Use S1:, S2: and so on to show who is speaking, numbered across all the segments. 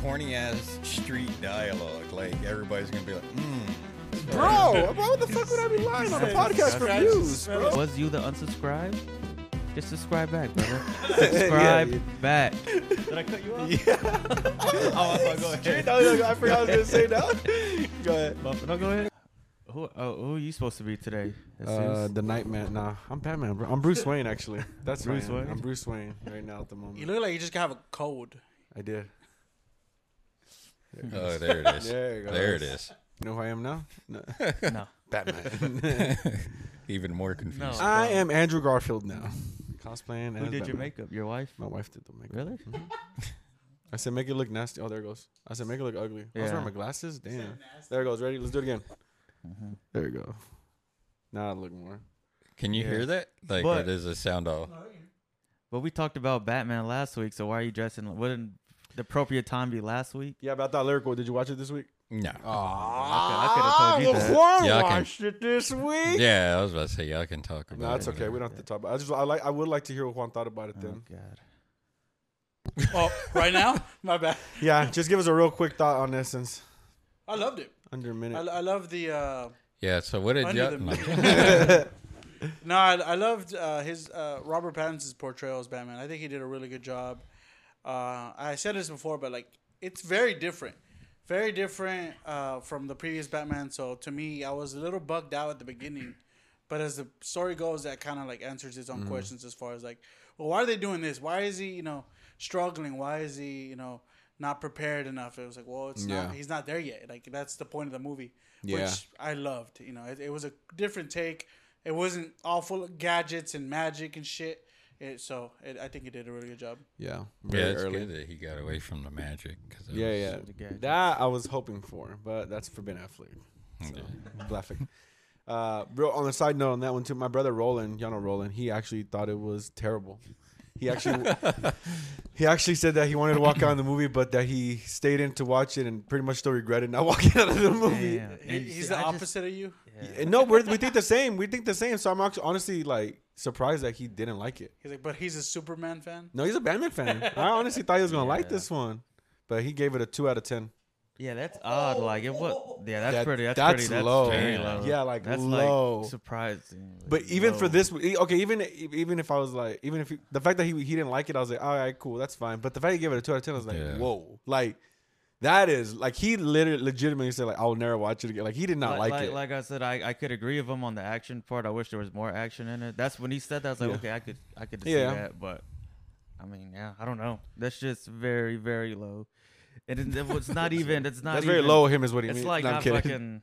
S1: corny ass street dialogue. Like everybody's gonna be like, mm.
S2: Bro, why the fuck would I be lying on a podcast for views, bro?
S3: Was you the unsubscribe? Just subscribe back, brother. subscribe back.
S4: Did I cut you off?
S1: Oh, I go ahead.
S2: No, no, I forgot I was gonna say that. Go ahead.
S3: But no, go ahead. Who, oh, who are you supposed to be today?
S2: Uh,
S3: Jesus?
S2: the Nightman. Nah, I'm Batman, bro. I'm Bruce Wayne, actually. That's
S3: Bruce
S2: Bruce Wayne.
S3: Wayne?
S2: I'm Bruce Wayne right now at the moment.
S5: You look like you just have a cold.
S2: I did.
S1: Oh, there it is.
S2: There it goes.
S1: There it is.
S2: You know who I am now? No.
S4: No.
S2: Batman.
S1: Even more confused.
S4: No.
S2: I am Andrew Garfield now. Cosplaying.
S3: who
S2: as
S3: did your
S2: Batman.
S3: makeup? Your wife?
S2: My wife did the makeup.
S3: Really?
S2: I said, make it look nasty. Oh, there it goes. I said, make it look ugly. I was
S3: Yeah.
S2: wearing my glasses. Damn. There it goes. Ready? Let's do it again.
S3: Mm-hmm.
S2: There we go. Now I look more.
S1: Can you
S3: Yeah.
S1: hear that? Like
S3: But-
S1: it is a sound off.
S3: But we talked about Batman last week, so why are you dressing? like- Wouldn't the appropriate time be last week?
S2: Yeah, about that lyrical. Did you watch it this week?
S1: No.
S3: I could have told you that.
S2: Juan
S1: Yeah, I can-
S2: watched it this week.
S1: Yeah, I was about to say y'all can talk about.
S2: No, that's
S1: it,
S2: okay. We don't have to talk about. It. I just I like I would like to hear what Juan thought about it
S3: Oh
S2: then.
S3: God.
S5: Oh, right now? My bad.
S2: Yeah, just give us a real quick thought on this since
S5: I loved it.
S2: under a
S5: I,
S2: minute.
S5: I love the. Uh,
S1: Yeah. So what did
S5: Under
S1: y'all?
S5: the
S1: No.
S5: no, I, I loved uh, his uh, Robert Pattinson's portrayal as Batman. I think he did a really good job. Uh, I said this before, but like it's very different, very different uh, from the previous Batman. So to me, I was a little bugged out at the beginning, but as the story goes, that kind of like answers its own
S2: Mm-hmm.
S5: questions as far as like, well, why are they doing this? Why is he, you know, struggling? Why is he, you know, not prepared enough? It was like, well, it's
S2: Yeah.
S5: not. He's not there yet. Like that's the point of the movie,
S2: Yeah.
S5: which I loved. You know, it, it was a different take. It wasn't all full of gadgets and magic and shit. It, so it, I think he did a really good job.
S2: yeah,
S1: Yeah,
S2: very
S1: it's
S2: early.
S1: good that he got away from the magic. 'cause that
S2: Yeah,
S1: was-
S2: yeah.
S3: The gadgets.
S2: That I was hoping for, but that's for Ben Affleck. So, laughing. Uh, real on the side note on that one too. My brother Roland, y'all know Roland. He actually thought it was terrible. He actually, he actually said that he wanted to walk out of the movie, but that he stayed in to watch it and pretty much still regretted not walking out of the movie.
S3: Damn.
S5: He,
S3: And you
S5: he's
S3: see,
S5: the
S3: I just-
S5: opposite of you.
S2: Yeah, No, we're, we think the same. We think the same. So I'm actually honestly like surprised that he didn't like it.
S5: He's like, but he's a Superman fan.
S2: No, he's a Batman fan. I honestly thought he was gonna like
S3: Yeah.
S2: this one, but he gave it a two out of ten.
S3: Yeah, that's odd. Like it was. Yeah, that's
S2: That-
S3: pretty. That's,
S2: that's
S3: pretty. That's
S2: low.
S3: Very
S1: Damn.
S3: low.
S2: Yeah, like,
S3: that's
S2: low.
S3: Like surprising. like,
S2: But even for
S3: low.
S2: this, e, okay, even even if I was like, even if he, the fact that he he didn't like it, I was like, all right, cool, that's fine. But the fact he gave it a two out of ten, I was like,
S1: Yeah.
S2: whoa, like that is like he literally legitimately said like I will never watch it again. Like he did not like,
S3: like,
S2: it.
S3: like I said, I, I could agree with him on the action part. I wish there was more action in it. That's when he said that. I was like,
S2: Yeah.
S3: okay, I could I could
S2: Yeah.
S3: see that, but I mean, yeah, I don't know. That's just very very low, and it, it was not even. It's not
S2: that's very
S3: even-
S2: low. of Him is what he
S3: It's
S2: means.
S3: like
S2: No, I'm
S3: not
S2: kidding.
S3: fucking.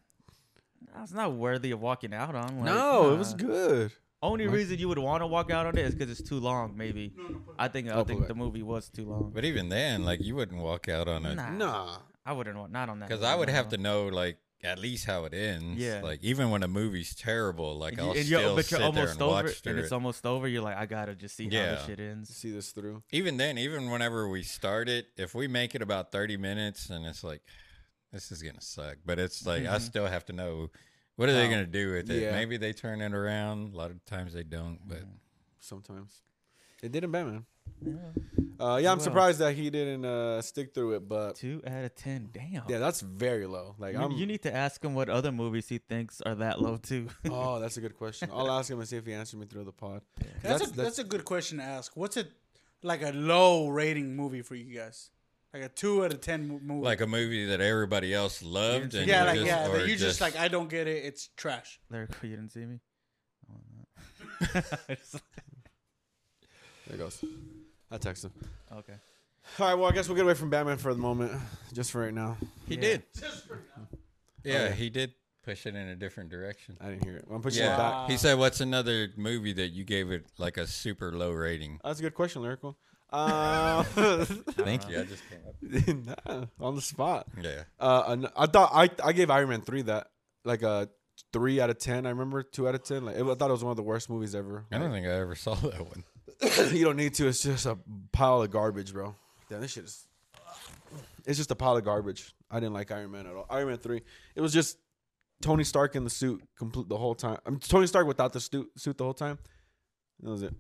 S3: nah, It's not worthy of walking out on. Like,
S2: no, it was
S3: nah.
S2: good.
S3: Only reason you would want to walk out on it is because it's too long. Maybe I think I
S2: Oh,
S3: think
S2: pull
S3: the
S2: back.
S3: movie was too long.
S1: But even then, like you wouldn't walk out on it
S3: Nah,
S2: Nah,
S3: I wouldn't want not on that.
S1: because
S3: movie,
S1: I would
S3: no.
S1: have to know like at least how it ends.
S3: Yeah.
S1: Like even when a movie's terrible, like
S3: You-
S1: I'll
S3: and
S1: still sit there and
S3: over,
S1: watch
S3: and
S1: through
S3: it's
S1: it.
S3: almost over. You're like, I gotta just see how
S1: Yeah.
S3: this shit ends.
S2: see this through.
S1: Even then, even whenever we start it, if we make it about thirty minutes, and it's like this is gonna suck, but it's like
S5: Mm-hmm.
S1: I still have to know what are they
S3: How-
S1: gonna do with it.
S2: Yeah.
S1: Maybe they turn it around. A lot of times they don't, but
S2: Sometimes it did in Batman. Uh, yeah, I'm surprised that he didn't uh, stick through it, but
S3: Two out of ten. Damn.
S2: yeah, that's very low. Like
S3: You-
S2: I'm.
S3: you, need to ask him what other movies he thinks are that low too.
S2: oh, that's a good question. I'll ask him and see if he answered me through the pod.
S5: That's, a, that's, a good question to ask. What's a like a low rating movie for you guys? Like a two out of ten mo- movie.
S1: like a movie that everybody else loved, and
S5: yeah,
S1: you
S5: like
S1: just,
S5: yeah.
S1: or
S5: That you just, like I don't get it. It's trash.
S3: Lyrical, you didn't see me. I want that.
S2: There goes. I text him.
S3: okay.
S2: All right, well, I guess we'll get away from Batman for the moment, just for right now.
S1: he
S3: Yeah.
S1: did. Yeah,
S2: yeah.
S1: he did push it in a different direction.
S2: I didn't hear it. I'm pushing
S1: Yeah,
S2: it back.
S1: he said, "What's another movie that you gave it like a super low rating?"
S2: Oh, That's a good question, lyrical. Uh,
S1: Thank you. I just came up.
S2: nah, on the spot.
S1: Yeah,
S2: Uh, an- I thought I I gave Iron Man three that like a three out of ten. I remember two out of ten. Like it, I thought it was one of the worst movies ever.
S1: I don't think I ever saw that one.
S2: you don't need to. It's just a pile of garbage, bro. Damn, this shit is. It's just a pile of garbage. I didn't like Iron Man at all. Iron Man three. It was just Tony Stark in the suit complete the whole time. I'm Tony Stark without the suit suit the whole time. That was it.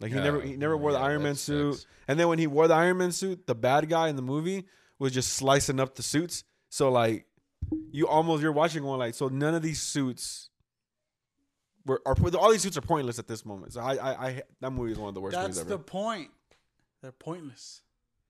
S2: Like he never
S1: Yeah.
S2: he never wore the
S1: Yeah,
S2: Iron
S1: that
S2: Man suit.
S1: sucks.
S2: And then when he wore the Iron Man suit, the bad guy in the movie was just slicing up the suits. So like you almost you're watching one like so none of these suits were are all these suits are pointless at this moment. So I I, I that movie is one of the worst movies
S5: That's
S2: ever.
S5: the point. They're pointless.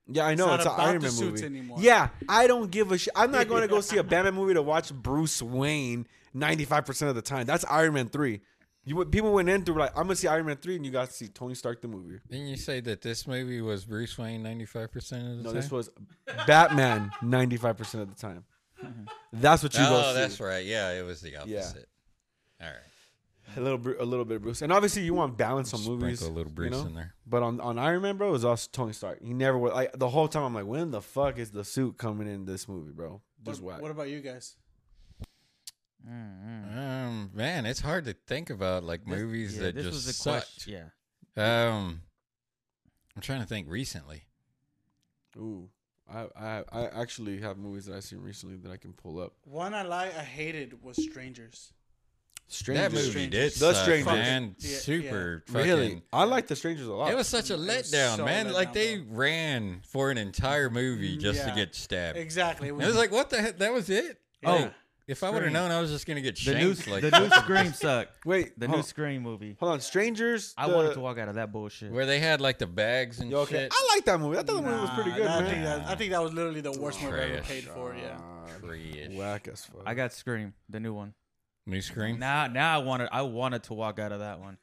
S2: yeah, I know
S5: not
S2: it's, an
S5: about
S2: Iron
S5: the
S2: Man
S5: suits
S2: movie.
S5: anymore.
S2: Yeah, I don't give a shit. I'm not going to go see a Batman movie to watch Bruce Wayne 95 percent of the time. That's Iron Man three. You would- people went in through like I'm gonna see Iron Man three, and you got to see Tony Stark the movie.
S1: Didn't you say that this movie was Bruce Wayne ninety five percent of the
S2: No,
S1: time?
S2: this was Batman 95 percent of the time. That's what you go
S1: oh,
S2: see.
S1: that's right. Yeah, it was the opposite. All right.
S2: A little, br- a little bit of Bruce, and obviously you want balance on movies.
S1: Sprinkle a little
S2: you
S1: Bruce
S2: know?
S1: in there.
S2: But on, on Iron Man, bro, it was also Tony Stark. He never was like the whole time. I'm like, when the fuck is the suit coming in this movie, bro? Just
S5: what,
S2: whack.
S5: what about you guys?
S3: Mm-hmm.
S1: Um, man, it's hard to think about like movies that just sucked.
S3: Yeah.
S1: Um, I'm trying to think recently.
S2: Ooh, I, I I actually have movies that I've seen recently that I can pull up.
S5: One I like, I hated was Strangers.
S1: That
S2: Strangers.
S1: movie did
S5: Strangers.
S2: The
S1: suck,
S2: Strangers.
S1: man.
S5: Yeah, yeah.
S1: Super fucking.
S2: Really, I like the Strangers a lot.
S1: It was such a
S5: It was
S1: letdown,
S5: so
S1: man.
S5: let
S1: like
S5: down,
S1: they ran for an entire
S2: Mm,
S1: movie just
S5: Yeah.
S1: to get stabbed.
S5: Exactly.
S1: And It was like, what the heck? That was it.
S5: Yeah.
S2: Oh,
S1: Like, if I would have
S3: Scream.
S1: known, I was just gonna get
S3: The new,
S1: shanked. like
S3: the new Scream sucked.
S2: wait
S3: The
S2: hold,
S3: new Scream movie.
S2: hold on, Strangers.
S3: I
S2: the-
S3: wanted to walk out of that bullshit.
S1: where they had like the bags and
S2: Yo, okay,
S1: shit.
S2: I like that movie. I thought the movie was pretty
S5: Nah,
S2: good,
S5: I
S2: man.
S5: Think that, I think that was literally the worst movie I ever
S1: Trash.
S5: paid for. Yeah.
S1: Trash.
S2: Whack as fuck.
S3: I got Scream, the new one.
S1: New Scream.
S3: Now, now I wanted, I wanted to walk out of that one.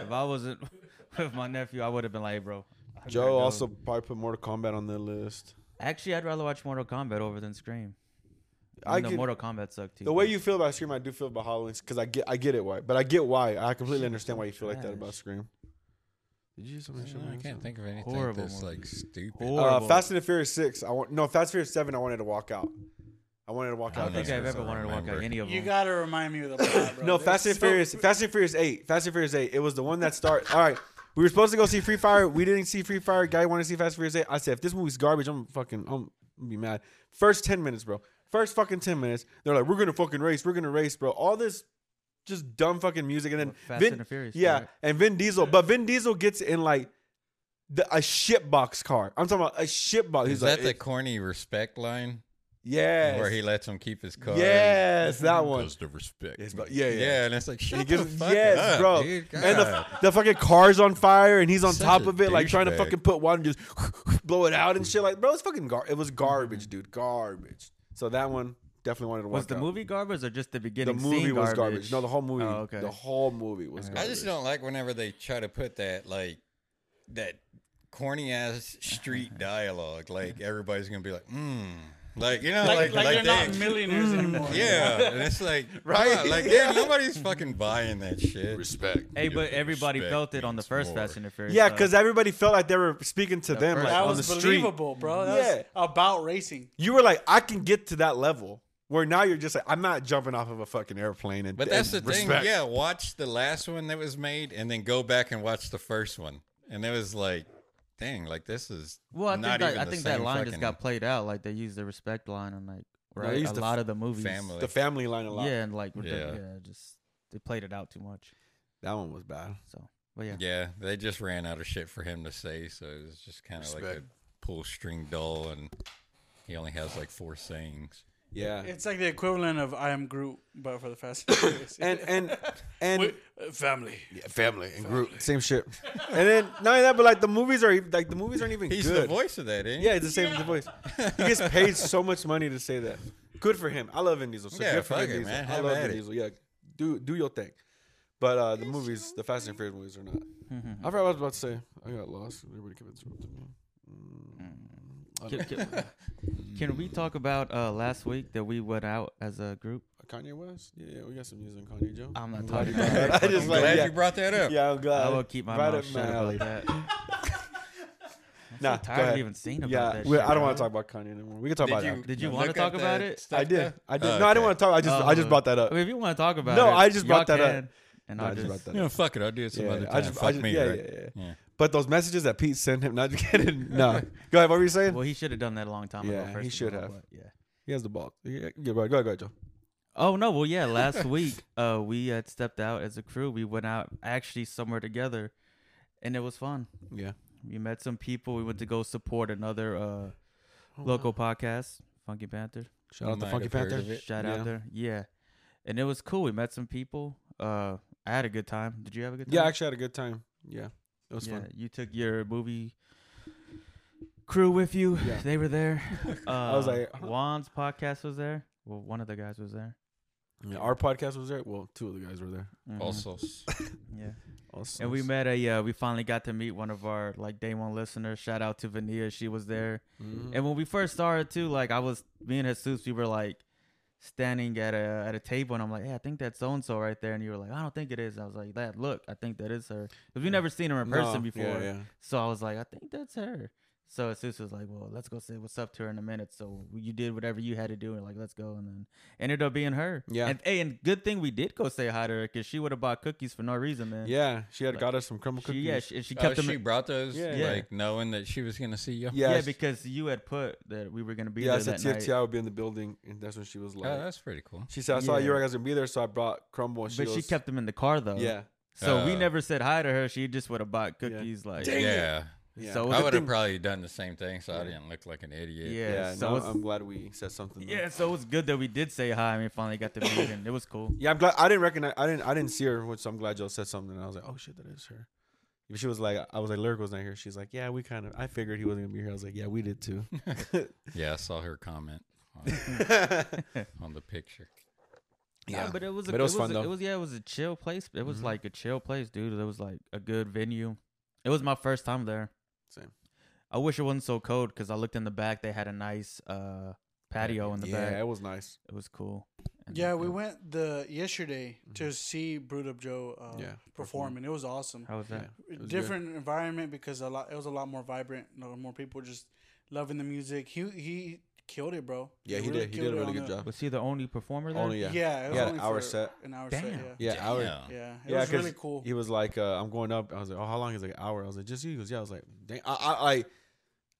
S3: If I wasn't with my nephew, I would have been like, hey, bro. I gotta
S2: Joe
S3: go."
S2: also probably put Mortal Kombat on the list.
S3: Actually, I'd rather watch Mortal Kombat over than Scream.
S2: I
S3: I know
S2: get,
S3: Mortal Kombat sucked too.
S2: the way you feel about Scream, I do feel about Halloween because I get I get it why, but I get why. I completely understand why you feel like that about Scream. Did you something?
S1: No, I can't think of anything
S3: Horrible
S1: that's
S3: movie.
S1: like stupid.
S3: Horrible.
S2: Uh, Fast and the Furious six. I want no Fast and Furious seven. I wanted to walk out. I wanted to walk
S1: I
S3: I
S2: out.
S3: don't think
S1: Yeah,
S3: I've
S1: that's
S3: ever
S1: what I
S3: wanted to walk out
S1: remember.
S3: any of
S5: You
S3: them.
S5: gotta remind me of the plot, bro.
S2: no,
S5: They're
S2: Fast and
S5: so-
S2: Furious. Fast and Furious eight. Fast and Furious eight. It was the one that started. All right, we were supposed to go see Free Fire. We didn't see Free Fire. Guy wanted to see Fast and Furious eight. I said, if this movie's garbage, I'm fucking. I'm gonna be mad. First ten minutes, bro. First fucking ten minutes. They're like, we're gonna fucking race. We're gonna race, bro. All this. Just dumb fucking music, and then
S3: Well, Fast
S2: Vin,
S3: and the Furious,
S2: yeah,
S3: right?
S2: and Vin Diesel. But Vin Diesel gets in like the, a shitbox car. I'm talking about a shitbox. He's
S1: Is
S2: like,
S1: that the corny respect line
S2: yeah,
S1: where he uh, lets him keep his car?
S2: Yes, that one.
S1: the respect.
S2: It's about- yeah, yeah.
S1: and it's like shut
S2: And he gives
S1: the fuck
S2: yes,
S1: up,
S2: bro.
S1: dude.
S2: and the,
S1: God.
S2: the fucking car's on fire, and he's on
S1: Such
S2: top
S1: a
S2: of it, like trying to
S1: douchebag.
S2: fucking put water and just blow it out and shit. Like, bro, it's fucking gar- it was
S1: Mm-hmm.
S2: garbage, dude, garbage. So that one definitely wanted to watch.
S3: was the movie garbage or just the
S2: The
S3: beginning?
S2: movie
S3: scene
S2: was garbage. No, the whole movie.
S3: Oh, okay.
S2: The whole movie was garbage.
S1: I just don't like whenever they try to put that like that corny ass street dialogue. Like everybody's gonna be like, mm. like you know, like
S5: Like, like,
S1: like
S5: they're
S1: they-
S5: not millionaires
S2: Mm.
S5: anymore.
S1: yeah, and it's like right, like yeah, nobody's fucking buying that shit.
S4: Respect.
S3: Hey, but
S1: Yeah,
S3: everybody
S1: respect
S3: felt it on the
S1: means
S3: first
S1: more.
S3: Fast and the Furious.
S2: Yeah,
S3: so-
S2: because everybody felt like they were speaking to them,
S3: first
S2: like
S5: That
S2: on the
S5: was
S2: street.
S5: believable, bro. That
S2: Yeah.
S5: was about racing.
S2: You were like, I can get to that level. Where now you're just like, I'm not jumping off of a fucking airplane. And
S1: But that's the
S2: and
S1: thing.
S2: respect.
S1: Yeah, watch the last one that was made and then go back and watch the first one. And it was like, dang, like this is
S3: Well, I think
S1: not
S3: that,
S1: even
S3: I
S1: the
S3: think that
S1: same
S3: line just
S1: fucking
S3: got played out. Like they used the respect line on like
S2: They
S3: right a
S2: used the
S3: lot of the movies.
S1: family.
S2: The family line a lot.
S3: Yeah, and like with the-
S1: Yeah.
S3: yeah. just they played it out too much.
S2: That one was bad.
S3: So, but yeah,
S1: Yeah, they just ran out of shit for him to say, so it was just kind of like a
S4: Respect.
S1: pull string doll, and he only has like four sayings.
S2: Yeah.
S5: It's like the equivalent of I am Groot, but for the Fast and Furious.
S2: and and and
S5: Wait, uh, family.
S4: Yeah, family and group.
S2: same shit. And then not only that, but like the movies are ev- like the movies aren't even
S1: He's
S2: good.
S1: the voice of that, ain't he?
S2: Yeah, it's the same as the voice. He gets paid so much money to say that. Good for him. I love Vin Diesel. So
S1: Yeah,
S2: good for
S1: fuck
S2: Vin
S1: it,
S2: Diesel.
S1: man.
S2: I
S1: Have
S2: love
S1: at
S2: Vin
S1: it.
S2: Diesel. Yeah, do do your thing. But uh, the movies, the Fast and Furious movies, are not. I
S3: Mm-hmm.
S2: forgot what I was about to say. I got lost. Everybody kept interrupting me.
S3: can, Mm. can- can we talk about uh, last week that we went out as a group?
S2: Uh, Kanye West. Yeah, we got some news on Kanye Joe.
S3: I'm not talking
S2: glad
S3: about
S2: you-
S3: that.
S2: I just
S1: I'm
S2: like-
S1: glad
S2: yeah.
S1: you brought that up.
S2: yeah, I'm glad.
S3: I will keep my
S2: Right
S3: mouth
S2: up
S3: shut
S2: alley.
S3: about that. I'm
S2: Nah,
S3: so
S2: go
S3: tired
S2: ahead.
S3: of even seeing about
S2: Yeah,
S3: that.
S2: we-
S3: shit,
S2: I don't
S3: bro.
S2: want to talk about Kanye anymore. We can talk about it. after.
S3: Did you wanna
S1: look
S3: talk
S1: up
S3: about
S1: that
S3: it?
S1: stuff,
S2: I did.
S1: though?
S2: I did.
S1: Oh,
S2: No, I didn't
S1: okay.
S2: want to talk. I just I just
S3: Oh,
S2: brought that up.
S3: I mean, if you want to talk about
S2: No,
S3: it,
S2: I just
S3: y'all
S2: brought that up.
S3: can, And
S2: No,
S3: I'll
S2: I just brought that
S1: You know,
S2: up.
S1: fuck it. I'll do it some
S2: Yeah,
S1: other
S2: I
S1: time.
S2: just- I
S1: fuck
S2: just-
S1: me,
S2: yeah,
S1: right?
S2: yeah, yeah.
S1: Yeah.
S2: But those messages that Pete sent him, not kidding. No, go ahead. What were you saying?
S3: Well, he should have done that a long time
S2: Yeah,
S3: ago.
S2: he
S3: First of
S2: should
S3: all,
S2: have.
S3: but Yeah.
S2: He has the ball. Yeah, yeah, go ahead, go ahead, Joe.
S3: Oh no! Well, yeah. Last week, uh, we had stepped out as a crew. We went out actually somewhere together, and it was fun.
S2: Yeah,
S3: We met some people. We went to go support another uh,
S2: Oh,
S3: local podcast, Funky Panther.
S2: Shout
S1: You
S2: out to
S1: might
S2: Funky
S1: have heard
S2: Panther.
S1: of it.
S3: Shout
S2: Yeah.
S3: out there, yeah. And it was cool. We met some people. Uh, I had a good time. Did you have a good time?
S2: Yeah, I actually had a good time. Yeah, it was fun.
S3: You took your movie crew with you.
S2: Yeah.
S3: They were there. Uh, I
S2: was like, huh.
S3: Juan's podcast was there. Well, one of the guys was there.
S2: Yeah, our podcast was there. Well, two of the guys were there.
S3: Mhm.
S1: Also,
S3: yeah.
S2: Also,
S3: And we met a. Uh, we finally got to meet one of our like day one listeners. Shout out to Vania. She was there.
S2: Mhm.
S3: And when we first started too, like I was me and Jesus, we were like standing at a at a table, and I'm like, "Hey, I think that's so and so right there," and you were like, "I don't think it is." And I was like, "That look, I think that is her," because we never seen her in
S2: No,
S3: person before.
S2: Yeah, yeah.
S3: So I was like, I think that's her. So Asus was like, well, let's go say what's up to her in a minute. So you did whatever you had to do, and like, let's go, and then ended up being her.
S2: Yeah.
S3: And, hey, and good thing we did go say hi to her because she would have bought cookies for no reason, man.
S2: Yeah, she had
S3: Like,
S2: got us some crumble
S3: She,
S2: cookies.
S3: yeah, she, and
S2: Uh,
S3: she
S1: oh,
S3: kept them.
S1: she brought those
S2: Yeah.
S3: Yeah.
S1: like knowing that she was gonna see you.
S2: yeah,
S3: yeah,
S2: she-
S3: because you had put that we were gonna be
S2: yeah. I
S3: there
S2: said
S3: that night.
S2: TFT I would be in the building, and that's when she was like,
S1: Oh, that's pretty cool.
S2: she said, "I saw you
S3: Yeah.
S2: were guys gonna be there, so I brought crumble." and
S3: but
S2: She
S3: she
S2: goes,
S3: kept them in the car though.
S2: yeah,
S3: So we
S1: Uh,
S3: never said hi to her. She just would have bought cookies. Like,
S2: Dang it.
S1: yeah,
S2: yeah.
S3: So
S1: I
S3: the
S1: would have
S3: thing-
S1: probably done the same thing, so
S2: Yeah.
S1: I didn't look like an idiot.
S3: yeah.
S2: yeah,
S3: so
S2: no,
S3: it's,
S2: I'm glad we said something. though.
S3: yeah. So it was good that we did say hi and we finally got to meet, and it was cool.
S2: Yeah, I'm glad I didn't recognize. I didn't. I didn't see her, which I'm glad y'all said something. And I was like, "Oh shit, that is her." But she was like, "I was like, lyric was not here." She's like, "Yeah, we kind of. I figured he wasn't gonna be here." I was like, "Yeah, we did too."
S1: Yeah, I saw her comment on,
S2: yeah,
S1: on the picture.
S3: Yeah, but it was a,
S2: But
S3: it was,
S2: fun
S3: a-
S2: though.
S3: It was yeah, it was a chill place. It was
S2: Mhm.
S3: like a chill place, dude. It was like a good venue. It was my first time there.
S2: Same.
S3: I wish it wasn't so cold because I looked in the back. They had a nice uh patio in the
S2: yeah,
S3: back.
S2: it was nice.
S3: It was cool. And
S5: Yeah,
S3: then,
S5: we
S3: uh,
S5: went the yesterday to see Brute Up Joe uh,
S2: Yeah,
S5: perform, and it was awesome.
S3: How was that?
S2: Yeah, it was good.
S5: Different environment because a lot it was a lot more vibrant. You know, more people just loving the music. He he killed it, bro.
S2: Yeah, he
S5: really
S2: did. He did
S5: killed
S2: a
S5: it
S2: really
S5: on
S2: good
S5: the-
S2: job.
S3: Was he the only performer there?
S2: Only yeah,
S5: Yeah,
S2: yeah,
S5: it was
S2: Yeah,
S5: only
S2: hour
S5: for
S2: set.
S5: An hour set.
S3: Damn.
S5: Yeah,
S2: yeah. Our,
S1: Damn.
S5: yeah. It
S2: Yeah,
S5: was
S2: 'cause
S5: really cool.
S2: He was like, uh, "I'm going up." I was like, "Oh, how long?" He's like, "Hour." I was like, "Just you?" He goes, "Yeah." I was like, "Dang, I, I, I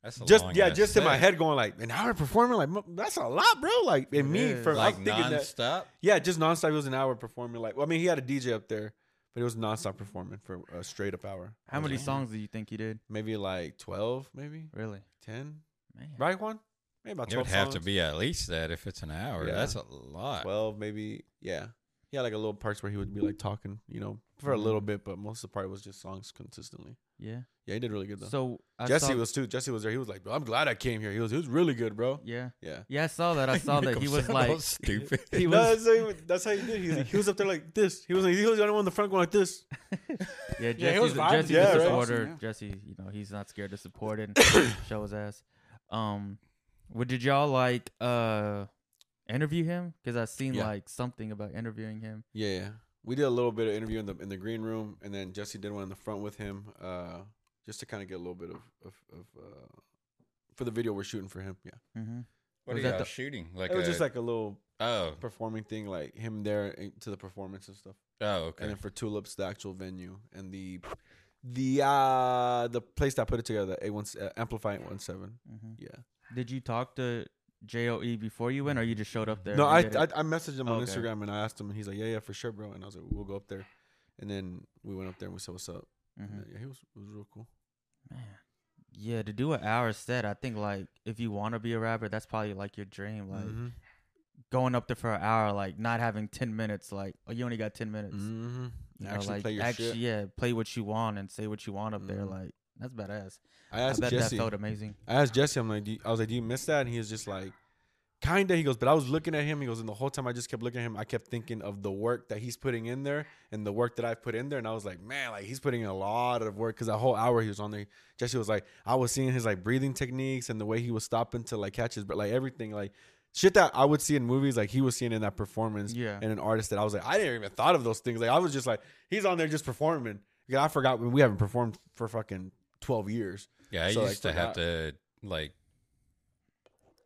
S1: That's a
S2: just
S1: long
S2: yeah,
S1: ass
S2: just in my
S1: set.
S2: head going like an hour performing like mu- that's a lot, bro." Like, and me
S3: is.
S2: for
S1: like
S2: I'm thinking that
S1: nonstop.
S2: Yeah, just nonstop. It was an hour performing. Like, well, I mean, he had a DJ up there, but it was nonstop performing for a straight up hour.
S3: How many songs do you think he did?
S2: Maybe like twelve, maybe
S3: Really,
S2: ten.
S3: man.
S2: Right, Juan? Maybe about
S1: It would
S2: twelve.
S1: have to
S2: songs.
S1: be at least that if it's an hour.
S2: Yeah.
S1: That's a lot.
S2: twelve, maybe. Yeah, he had like a little parts where he would be like talking, you know, for
S3: Mm-hmm.
S2: a little bit, but most of the part was just songs consistently.
S3: Yeah.
S2: Yeah, he did really good though.
S3: So I
S2: Jesse
S3: saw-
S2: was too. Jesse was there. He was like, bro, I'm glad I came here. He was, he was really good, bro.
S3: Yeah.
S2: Yeah.
S3: Yeah, I saw that. I saw
S1: Make
S3: that he
S1: him
S3: was
S1: sound all
S3: like
S1: stupid.
S3: he
S2: no,
S3: was.
S2: that's how he, that's how he did. He was, like- he was up there like this. He was like, he was the only one in the front going like this.
S3: Yeah, Jesse's,
S5: Yeah, he was vibing.
S3: Jesse's
S2: Yeah,
S3: a
S2: right.
S3: supporter.
S5: Awesome, yeah.
S3: Jesse, you know, he's not scared to support it and show his ass. Um, what did y'all like? Uh, interview him because I seen
S2: Yeah.
S3: like something about interviewing him.
S2: Yeah, yeah. We did a little bit of interview in the in the green room, and then Jesse did one in the front with him, uh, just to kind of get a little bit of of, of uh, for the video we're shooting for him. Yeah,
S3: Mm-hmm.
S1: what are
S3: Was that
S1: y'all
S3: the-
S1: shooting? Like
S2: it was
S1: a,
S2: just like a little
S1: oh
S2: performing thing, like him there in- to the performance and stuff.
S1: oh okay.
S2: And then for Tulips, the actual venue and the the uh the place that put it together, the A one uh, Amplify Eight One Seven.
S3: Mm-hmm.
S2: Yeah.
S3: Did you talk to Joe before you went, or you just showed up there?
S2: No, I,
S3: and
S2: I
S3: did it?
S2: I messaged him on
S3: Okay.
S2: Instagram and I asked him, and he's like, yeah, yeah, for sure, bro. And I was like, we'll go up there. And then we went up there and we said, what's up?
S3: Mhm.
S2: Yeah, he was it was real cool.
S3: Man. Yeah, to do an hour set, I think like if you want to be a rapper, that's probably like your dream. Like
S2: Mhm.
S3: going up there for an hour, like not having ten minutes. Like oh, you only got ten minutes.
S2: Mm-hmm.
S3: You know,
S2: Actually,
S3: like,
S2: play your
S3: actually,
S2: shit.
S3: yeah, play what you want and say what you want up there.
S2: Mhm.
S3: Like that's badass.
S2: I
S3: I
S2: asked
S3: bet
S2: Jesse.
S3: that felt amazing.
S2: I asked Jesse. I'm like, do you, I was like, do you miss that? And he was just like, kinda. He goes, but I was looking at him. He goes, and the whole time I just kept looking at him. I kept thinking of the work that he's putting in there and the work that I've put in there. And I was like, man, like he's putting in a lot of work because that whole hour he was on there. Jesse was like, I was seeing his like breathing techniques and the way he was stopping to like catch his, but like everything, like shit that I would see in movies, like he was seeing in that performance.
S3: Yeah.
S2: and an artist that I was like, I didn't even thought of those things. Like I was just like, he's on there just performing. Yeah, I forgot we haven't performed for fucking twelve years.
S1: yeah, I
S2: so, like,
S1: used to have to
S2: forgot.
S1: like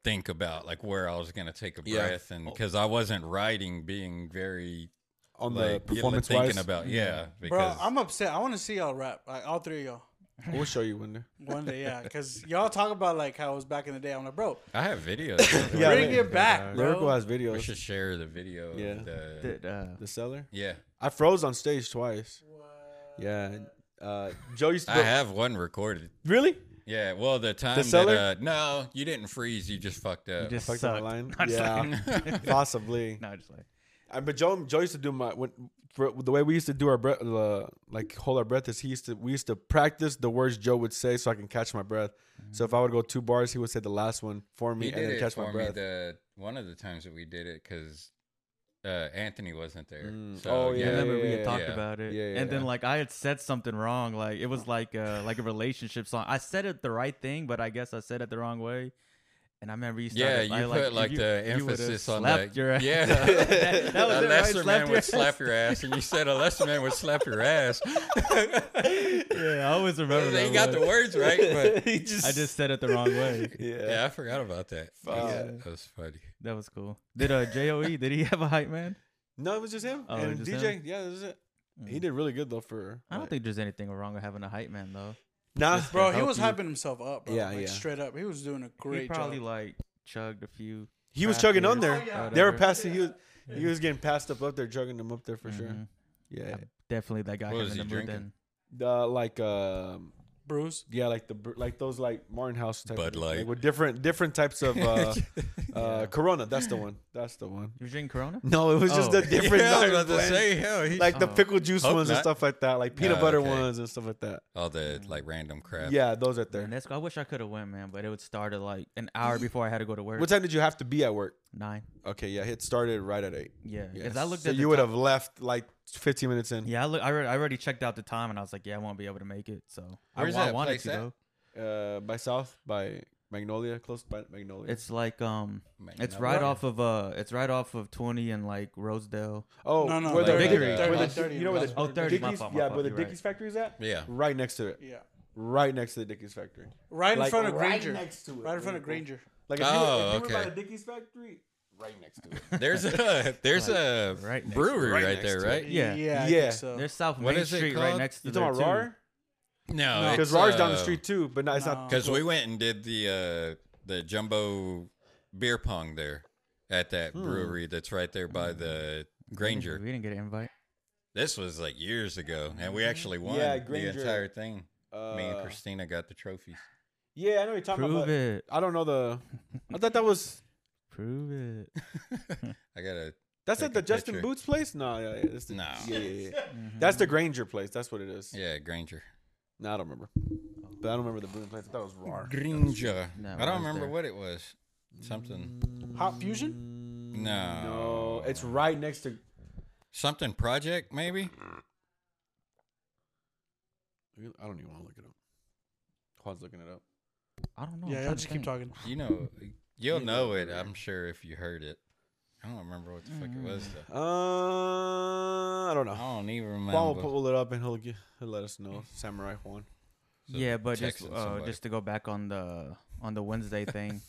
S1: think about like where I was gonna take a
S2: Yeah.
S1: breath, and because I wasn't writing, being very
S2: On
S1: like
S2: the
S1: you know,
S2: performance wise, Mm-hmm.
S1: thinking about yeah.
S5: Bro,
S1: Because
S5: I'm upset. I want to see y'all rap, like all three of y'all.
S2: we'll show you when.
S5: One day, yeah, because y'all talk about like how it was back in the day. I'm like, bro,
S1: I have videos.
S2: Yeah,
S5: bring
S2: they-
S5: it back, bro.
S2: Lyrical has
S1: we
S2: videos.
S1: should share the video.
S2: Yeah.
S1: Of the,
S3: Did, uh,
S2: The seller.
S1: yeah.
S2: I froze on stage twice.
S5: What?
S2: Yeah. and, Uh, Joe used to.
S1: I have one recorded.
S2: really?
S1: Yeah, well, the time
S2: seller?
S1: that uh, no, you didn't freeze. You just fucked up.
S3: just
S2: Fucked up
S3: sucked.
S2: the line.
S3: I'm just
S2: Yeah,
S3: like-
S2: possibly.
S3: no, just like
S2: Uh, but Joe, Joe used to do my when, for, the way we used to do our breath, uh, like hold our breath. Is he used to we used to practice the words Joe would say so I can catch my breath. So if I would go two bars, he would say the last one for me
S1: Mm-hmm. he
S2: and
S1: did
S2: then
S1: it
S2: catch my
S1: for me
S2: breath.
S1: the one of the times that we did it because uh, Anthony wasn't there.
S2: Mm.
S1: So,
S2: Oh,
S1: yeah,
S3: I remember we
S2: yeah,
S3: had
S2: yeah,
S3: talked
S1: yeah.
S3: about it,
S2: Yeah, yeah,
S3: and then
S2: yeah.
S3: like I had said something wrong. Like it was like uh like a relationship song. I said it the right thing, but I guess I said it the wrong way. And I remember you
S1: Yeah,
S3: started.
S1: you
S3: I,
S1: put
S3: you-
S1: like
S3: you-
S1: the
S3: you would've
S1: emphasis on
S3: slapped
S1: the
S3: your ass.
S1: yeah.
S3: That- that was
S1: a
S3: it, right?
S1: lesser
S3: Slapped
S1: man
S3: your
S1: would slap your ass, and you said a lesser man would slap your ass.
S3: yeah, I always remember.
S1: they
S3: that
S1: got
S3: one.
S1: the words right, but
S2: he just,
S3: I just said it the wrong way.
S2: yeah.
S1: yeah, I forgot about that. That's-
S2: Fuck.
S1: That was funny.
S3: That was cool. Did uh Joe? Did he have a hype man?
S2: No, it was just him
S3: Oh, it
S2: and
S3: was just
S2: DJ. Yeah, that was it. He did really good though for.
S3: I don't
S2: like-
S3: think there's anything wrong with having a hype man though.
S2: Nah,
S5: Bro, he
S3: help
S5: was
S3: you.
S5: hyping himself up, bro.
S2: Yeah,
S5: like,
S2: yeah.
S5: Straight up. He was doing a
S3: he
S5: great
S3: probably
S5: job.
S3: like chugged a few.
S2: he was
S3: craft
S2: chugging on
S3: beers
S2: there.
S3: or
S2: They
S3: whatever.
S2: were passing. He was he was getting passed up up there, chugging them up there for sure.
S3: Mhm.
S2: Yeah,
S3: Yeah. Definitely that guy
S1: What
S3: him
S1: was
S3: in the
S1: he
S3: mood
S1: drinking?
S3: then.
S2: uh, like um,
S5: Bruce.
S2: Yeah, like the br- like those like Martin House type
S1: Bud
S2: of,
S1: Light.
S2: like, with different different types of uh, uh, Corona. That's the one. That's the one.
S3: You was drinking Corona?
S2: No, it was just the
S3: Oh.
S2: different
S1: yeah, I was
S2: type
S1: about to
S2: blend.
S1: say, hell, he,
S2: like the
S3: Oh.
S2: pickle juice
S1: Hope
S2: ones and
S1: not.
S2: stuff like that, like peanut
S1: Oh,
S2: butter
S1: okay.
S2: ones and stuff like that.
S1: all the like random crap.
S2: Yeah, those right
S3: Man,
S2: there.
S3: that's, I wish I could have went, man, but it would start at like an hour before I had to go to work.
S2: What time did you have to be at work?
S3: Nine.
S2: Okay, yeah, it started right at eight.
S3: Yeah.
S2: Yes.
S3: Because I looked
S2: so
S3: at the
S2: you would
S3: time-
S2: have left like 15 minutes in.
S3: Yeah, I, look, I, already, I already checked out the time and I was like, yeah, I won't be able to make it. So
S1: Where's
S3: I, wa- I
S1: that
S3: wanted
S1: place
S3: to
S1: at?
S3: though.
S2: Uh, by South, by Magnolia, close by Magnolia.
S3: It's like um,
S1: Man,
S3: it's
S1: that
S3: right
S1: was-
S3: off of uh, it's right off of twenty and like Rosedale.
S2: oh,
S5: No, no,
S2: where
S1: like
S2: the
S1: Vickery.
S2: where the-
S5: 30,
S2: you know where the
S3: Oh, 30, my
S2: Dickies-
S3: fault, my
S2: yeah,
S3: fault,
S2: where the
S3: you're right.
S2: Dickies factory is at?
S1: Yeah.
S2: Right next to it.
S5: Yeah.
S2: Right next to the Dickies factory.
S5: Right in
S2: Like,
S5: front of
S2: right
S5: Granger. Right,
S2: next to it.
S5: in front of Granger.
S2: Like if you, were,
S1: Oh,
S2: if you were by
S1: okay.
S2: the Dickies factory, right next to it.
S1: There's a there's a
S3: right next-
S1: brewery
S2: right
S1: right,
S2: next
S1: there,
S2: to it.
S1: right?
S3: Yeah.
S5: Yeah. I
S2: Yeah.
S5: think so.
S3: There's South
S1: What
S3: Main
S1: is it
S3: Street
S1: called?
S3: right next to
S2: You
S3: there
S2: talking about
S3: too.
S2: RAR?
S1: No,
S2: Because RAR's down the street too, but no, it's
S5: No.
S2: not.
S1: Because we went and did the uh, the jumbo beer pong there at that brewery that's right there by the Granger.
S3: We didn't get an invite.
S1: This was like years ago, and
S3: Mm-hmm.
S1: we actually won
S2: Yeah,
S1: the
S2: Granger.
S1: entire thing. Me and
S2: Uh,
S1: Christina got the trophies.
S2: Yeah, I know what you're talking about.
S3: Prove
S2: but
S3: it.
S2: I don't know the. I thought that was.
S3: Prove it.
S1: I got a
S2: That's
S1: Take
S2: at the
S1: a
S2: Justin
S1: picture.
S2: Boots place. No, yeah, yeah, that's the,
S1: No.
S2: yeah, yeah, yeah.
S3: Mm-hmm.
S2: That's the Granger place. That's what it is.
S1: yeah Granger.
S2: No, I don't remember. But I don't remember the Boone place. I thought it was RAR.
S1: Granger.
S3: No,
S1: I
S3: I was
S1: don't remember
S3: there.
S1: what it was. Something.
S5: Hot Fusion?
S1: No.
S2: No, it's right next to.
S1: Something project maybe.
S2: I don't even want to look it up. Juan's looking it up.
S3: I don't know. I'm
S5: Yeah,
S3: trying
S5: y'all
S3: to
S5: just keep
S3: think.
S5: talking.
S1: You know, you'll
S2: Yeah,
S1: know it.
S2: whatever.
S1: I'm sure if you heard it. I don't remember what the fuck it was
S2: Mm.
S1: though.
S2: Uh, I don't know.
S1: I don't even
S2: Juan will
S1: remember.
S2: pull it up and he'll, gi- he'll let us know. Samurai Juan.
S1: So
S3: yeah, but just
S1: texting
S3: uh,
S1: somebody.
S3: just to go back on the on the Wednesday thing.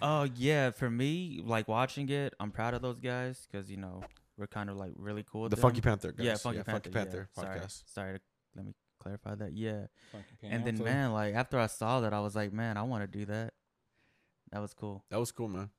S3: uh, yeah, for me, like watching it, I'm proud of those guys because you know we're kind of like really cool. with
S2: The
S3: them.
S2: Funky Panther. Guys.
S3: yeah, Funky Panther, yeah.
S2: podcast.
S3: Sorry, sorry. To, let me clarify that. Yeah,
S1: Fucking
S3: and then
S1: Panther.
S3: man, like after I saw that, I was like, man, I want to do that. That was cool.
S2: That was cool, man.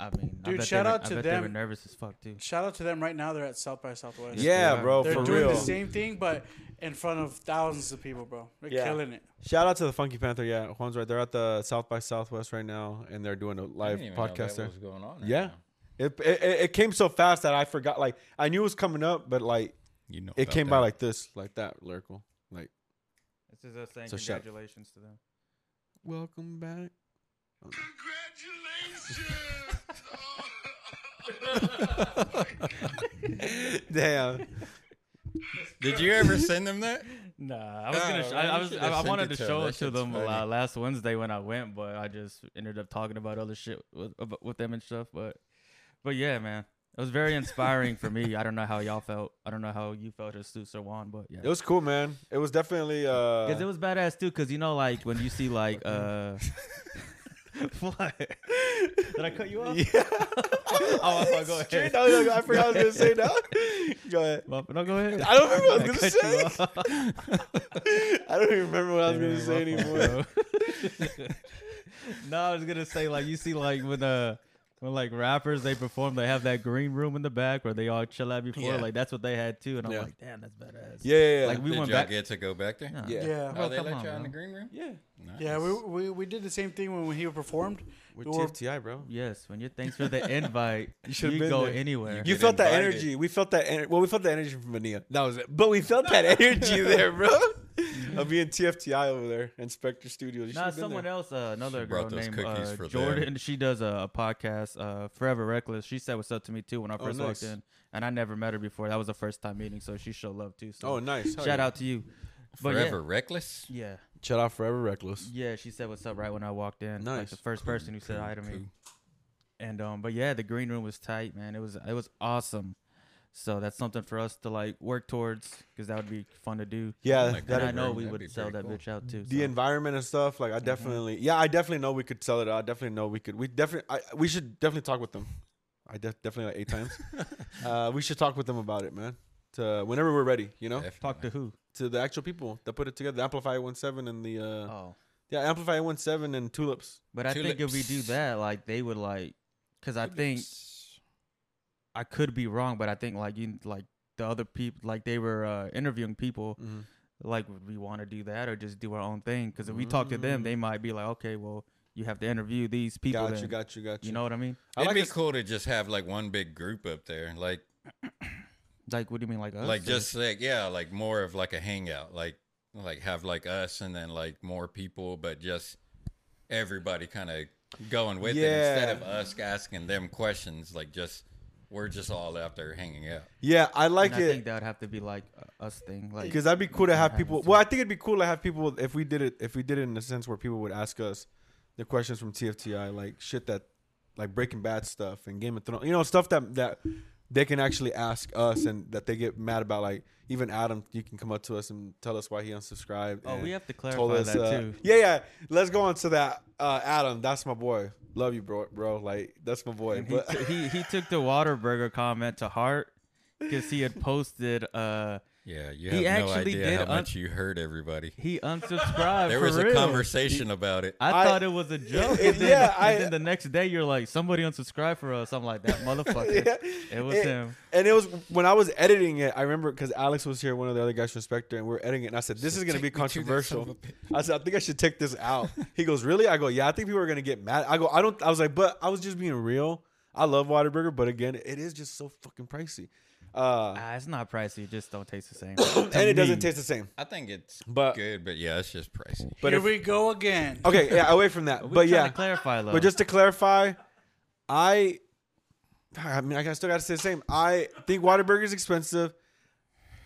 S3: I mean, I
S5: Dude,
S3: bet they
S5: shout
S3: were-
S5: out
S3: I
S5: to
S3: bet They were
S5: them.
S3: nervous as fuck too.
S5: Shout out to them right now. They're at South by Southwest.
S2: Yeah,
S3: they are.
S2: bro,
S5: They're
S2: for
S5: doing
S2: real.
S5: the same thing, but in front of thousands of people, bro. They're
S2: Yeah.
S5: killing it.
S2: Shout out to the Funky Panther. Yeah, Juan's right. They're at the South by Southwest right now, and they're doing a
S1: I
S2: live
S1: didn't even know that
S2: podcast there.
S1: was going on right
S2: Yeah.
S1: now.
S2: It, it it it came so fast that I forgot. Like I knew it was coming up, but like
S1: You know,
S2: it
S1: about
S2: came
S1: that.
S2: by like this, like that, lyrical. Like
S3: This is us saying
S2: So shut-
S3: congratulations to them.
S2: welcome back. Damn.
S1: Did you ever send them that?
S3: Nah, I was gonna.
S1: Oh,
S3: sh-
S1: man,
S3: I, I
S1: you
S3: was.
S1: should've
S3: I, I
S1: sent
S3: wanted
S1: it
S3: to
S1: to 'em.
S3: show
S1: That
S3: it to
S1: shit's
S3: them
S1: funny.
S3: uh, last Wednesday when I went, but I just ended up talking about other shit with, ab- with them and stuff. But, but yeah, man, it was very inspiring for me. I don't know how y'all felt. I don't know how you felt as Seuss or Juan, but yeah,
S2: It was cool, man. It was definitely uh.
S3: because it was badass too. Because you know, like when you see like uh, what? Did I cut you off?
S2: yeah.
S3: Oh, I thought, go
S2: Straight-
S3: ahead.
S2: no, no, I forgot what I was gonna say now. Go ahead.
S3: Well, no, go ahead.
S2: I don't remember what
S3: I
S2: I was gonna
S3: cut you
S2: say.
S3: off.
S2: I don't even remember what I was gonna say
S3: Yeah, my
S2: anymore.
S3: fault, bro. no, I was gonna say like you see like when uh When like rappers, they perform, they have that green room in the back where they all chill out before.
S1: Yeah.
S3: Like that's what they had too, and I'm
S2: Yeah.
S3: like, damn, that's badass.
S2: Yeah, yeah, yeah.
S3: Like we
S1: Did
S3: went
S1: y'all
S3: back.
S1: get to go back there?
S3: Yeah.
S2: yeah.
S5: Yeah.
S1: Oh, they
S3: come
S1: let
S3: on,
S1: y'all in the
S3: man.
S1: green room?
S2: Yeah.
S1: Nice.
S5: Yeah, we, we we did the same thing when, when he performed.
S2: We're
S5: We were-
S2: TFTI, bro.
S3: Yes, when you thanks for the invite, you
S2: should've
S3: should
S2: been
S3: go
S2: there.
S3: anywhere.
S1: You
S2: You
S1: get
S2: felt that
S1: invited.
S2: energy. We felt that energy. Well, we felt that energy from Mania. That was it. But we felt that energy there, bro. Of being TFTI over there, Inspector Studios. You
S3: Nah,
S2: should've been
S3: someone
S2: there.
S3: else, uh, another
S1: She
S3: girl
S1: brought those
S3: named
S1: cookies
S3: uh,
S1: for them.
S3: Jordan. She does a, a podcast, uh, Forever Reckless. She said what's up to me too when I
S2: Oh,
S3: first
S2: nice.
S3: walked in, and I never met her before. That was the first time meeting, so she showed love too. So
S2: Oh, nice. Hell
S3: shout
S2: yeah.
S3: out to you. But yeah.
S1: Forever reckless.
S3: Yeah,
S2: Shout out forever reckless.
S3: yeah. She said what's up right when I walked in. like
S2: Nice.
S3: the first person who said hi to me.
S1: Cool.
S3: And um, but yeah, the green room was tight, man. It was it was awesome. So that's something for us to like work towards because that would be fun to do.
S2: Yeah,
S1: my
S3: and
S1: That'd
S3: I
S1: be
S2: that,
S3: know
S1: great.
S3: we
S1: That'd be
S3: would sell that
S1: pretty cool.
S3: bitch out too.
S2: the
S3: Oh so. Mm-hmm.
S2: environment and stuff. Like I definitely, yeah, I definitely know we could sell it out. I definitely know we could. We definitely, I, we should definitely talk with them. I def- definitely like eight times. uh, we should talk with them about it, man. To whenever we're ready, you know,
S3: Talk to who?
S2: to the actual people that put it together, the Amplify One Seven and the uh,
S3: Oh.
S2: yeah, Amplify One Seven and Tulips.
S3: But I think if we do
S1: Tulips.
S3: that, like they would like, because I think I could be wrong, but I think like you like the other people, like they were uh, interviewing people, like would we want to do that or just do our own thing? Because if we talk to them, they might be like, okay, well, you have to interview these people.
S2: Got you,
S3: then."
S2: got you, got you.
S3: You know what I mean?
S2: I
S1: It'd
S2: like
S1: be
S2: this-
S1: cool to just have like one big group up there, like
S3: Like, what do you mean, like us?
S1: like
S3: or-
S1: just like yeah, like more of like a hangout, like like have like us and then like more people, but just everybody kind of going with it instead
S2: Yeah.
S1: of us asking them questions. Like just we're just all out there hanging out.
S2: yeah, I like
S3: and I think
S2: it
S3: that would have to be like a us thing, like
S2: because that'd be cool to have
S3: having
S2: people.
S3: some-
S2: Well, I think it'd be cool to have people if we did it. If we did it in a sense where people would ask us the questions from TFTI, like shit that, like Breaking Bad stuff and Game of Thrones, you know, stuff that that they can actually ask us and that they get mad about. Like even Adam, you can come up to us and tell us why he unsubscribed.
S3: Oh,
S2: and
S3: we have to clarify
S2: told us,
S3: that
S2: uh,
S3: too.
S2: Yeah, yeah. Let's go on to that. Uh, Adam, that's my boy. Love you, bro. Bro, like that's my boy.
S3: And he,
S2: But
S3: t- he he took the Waterburger comment to heart because he had posted. uh
S1: Yeah, you have
S3: He
S1: no
S3: actually
S1: idea
S3: did
S1: how
S3: un-
S1: much you hurt everybody.
S3: He unsubscribed.
S1: There
S3: for
S1: was a
S3: real.
S1: conversation about it.
S3: I,
S2: I-
S3: thought it was a joke.
S2: Yeah,
S3: And then,
S2: I-
S3: and then the next day, you're like, somebody unsubscribed for us. I'm like, that motherfucker. It was him.
S2: Eh, And it was when I was editing it. I remember because Alex was here, one of the other guys from Spectre, and we were editing it. And I said, "This is going to
S1: "Take
S2: be
S1: me to that son of a
S2: controversial."
S1: bitch.
S2: I said, "I think I should take this out." he goes, "Really?" I go, "Yeah, I think people are going to get mad." I go, "I don't." I was like, "But I was just being real. I love Whataburger, but again, it is just so fucking pricey, uh,
S3: Ah, it's not pricey. It just don't taste the same.
S2: and it doesn't taste the same."
S1: I think it's
S2: But-
S1: good, but yeah, it's just pricey.
S2: But
S5: Here
S2: if-
S5: we go again.
S2: Okay, yeah, away from that, but yeah,
S3: to clarify though.
S2: But just to clarify, I, I mean, I still got to say the same. I think Whataburger is expensive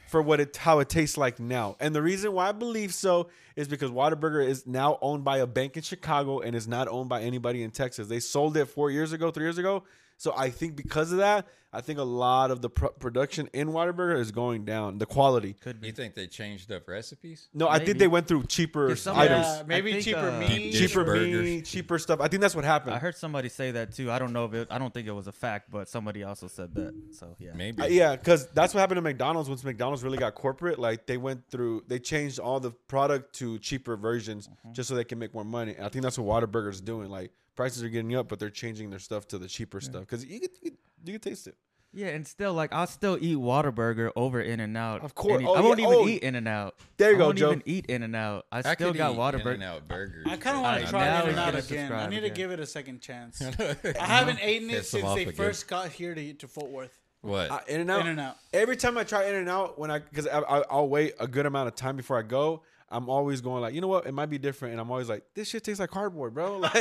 S2: for what it how it tastes like now, and the reason why I believe so is because Whataburger is now owned by a bank in Chicago and is not owned by anybody in Texas. They sold it four years ago, three years ago. So I think because of that, I think a lot of the pro- production in Whataburger is going down. The quality.
S3: could
S1: You
S3: be
S1: think they changed up recipes?
S2: No, I think
S3: Maybe.
S2: they went through cheaper
S3: There's some-
S2: items,
S5: Yeah, maybe
S3: I think,
S5: cheaper
S3: uh,
S5: meat.
S1: Dish
S2: cheaper meat,
S1: burgers.
S2: cheaper stuff. I think that's what happened.
S3: I heard somebody say that too. I don't know if it. I don't think it was a fact, but somebody also said that. So yeah.
S1: Maybe.
S2: Uh, yeah, because that's what happened to McDonald's once McDonald's really got corporate. Like they went through, they changed all the product to cheaper versions just so they can make more money. And I think that's what Whataburger's doing. Like prices are getting up, but they're changing their stuff to the cheaper stuff because you could, you, could- you could taste it.
S3: Yeah, and still like I'll still eat Whataburger over In and Out.
S2: Of course. Oh,
S3: I won't
S2: yeah.
S3: even
S2: Oh.
S3: eat In and Out.
S2: There you
S3: I
S2: go,
S3: won't
S2: Joe.
S3: even eat In and Out. I
S1: I
S3: still
S1: could
S3: got
S1: eat
S3: Waterburger.
S1: In-N-Out burgers.
S5: I kind
S1: but
S5: of want
S1: I
S5: to try
S3: now
S5: it out
S3: he's gonna
S5: again. I
S3: subscribe
S5: need to
S3: again.
S5: give it a second chance. I haven't eaten it
S1: Piss 'em
S5: since
S1: off
S5: they
S1: again.
S5: first got here to, to Fort Worth.
S1: What?
S2: Uh, in and out.
S5: In and out.
S2: Every time I try In and Out, when I because I, I, I'll wait a good amount of time before I go. I'm always going like, you know what? It might be different, and I'm always like, this shit tastes like cardboard, bro. Like,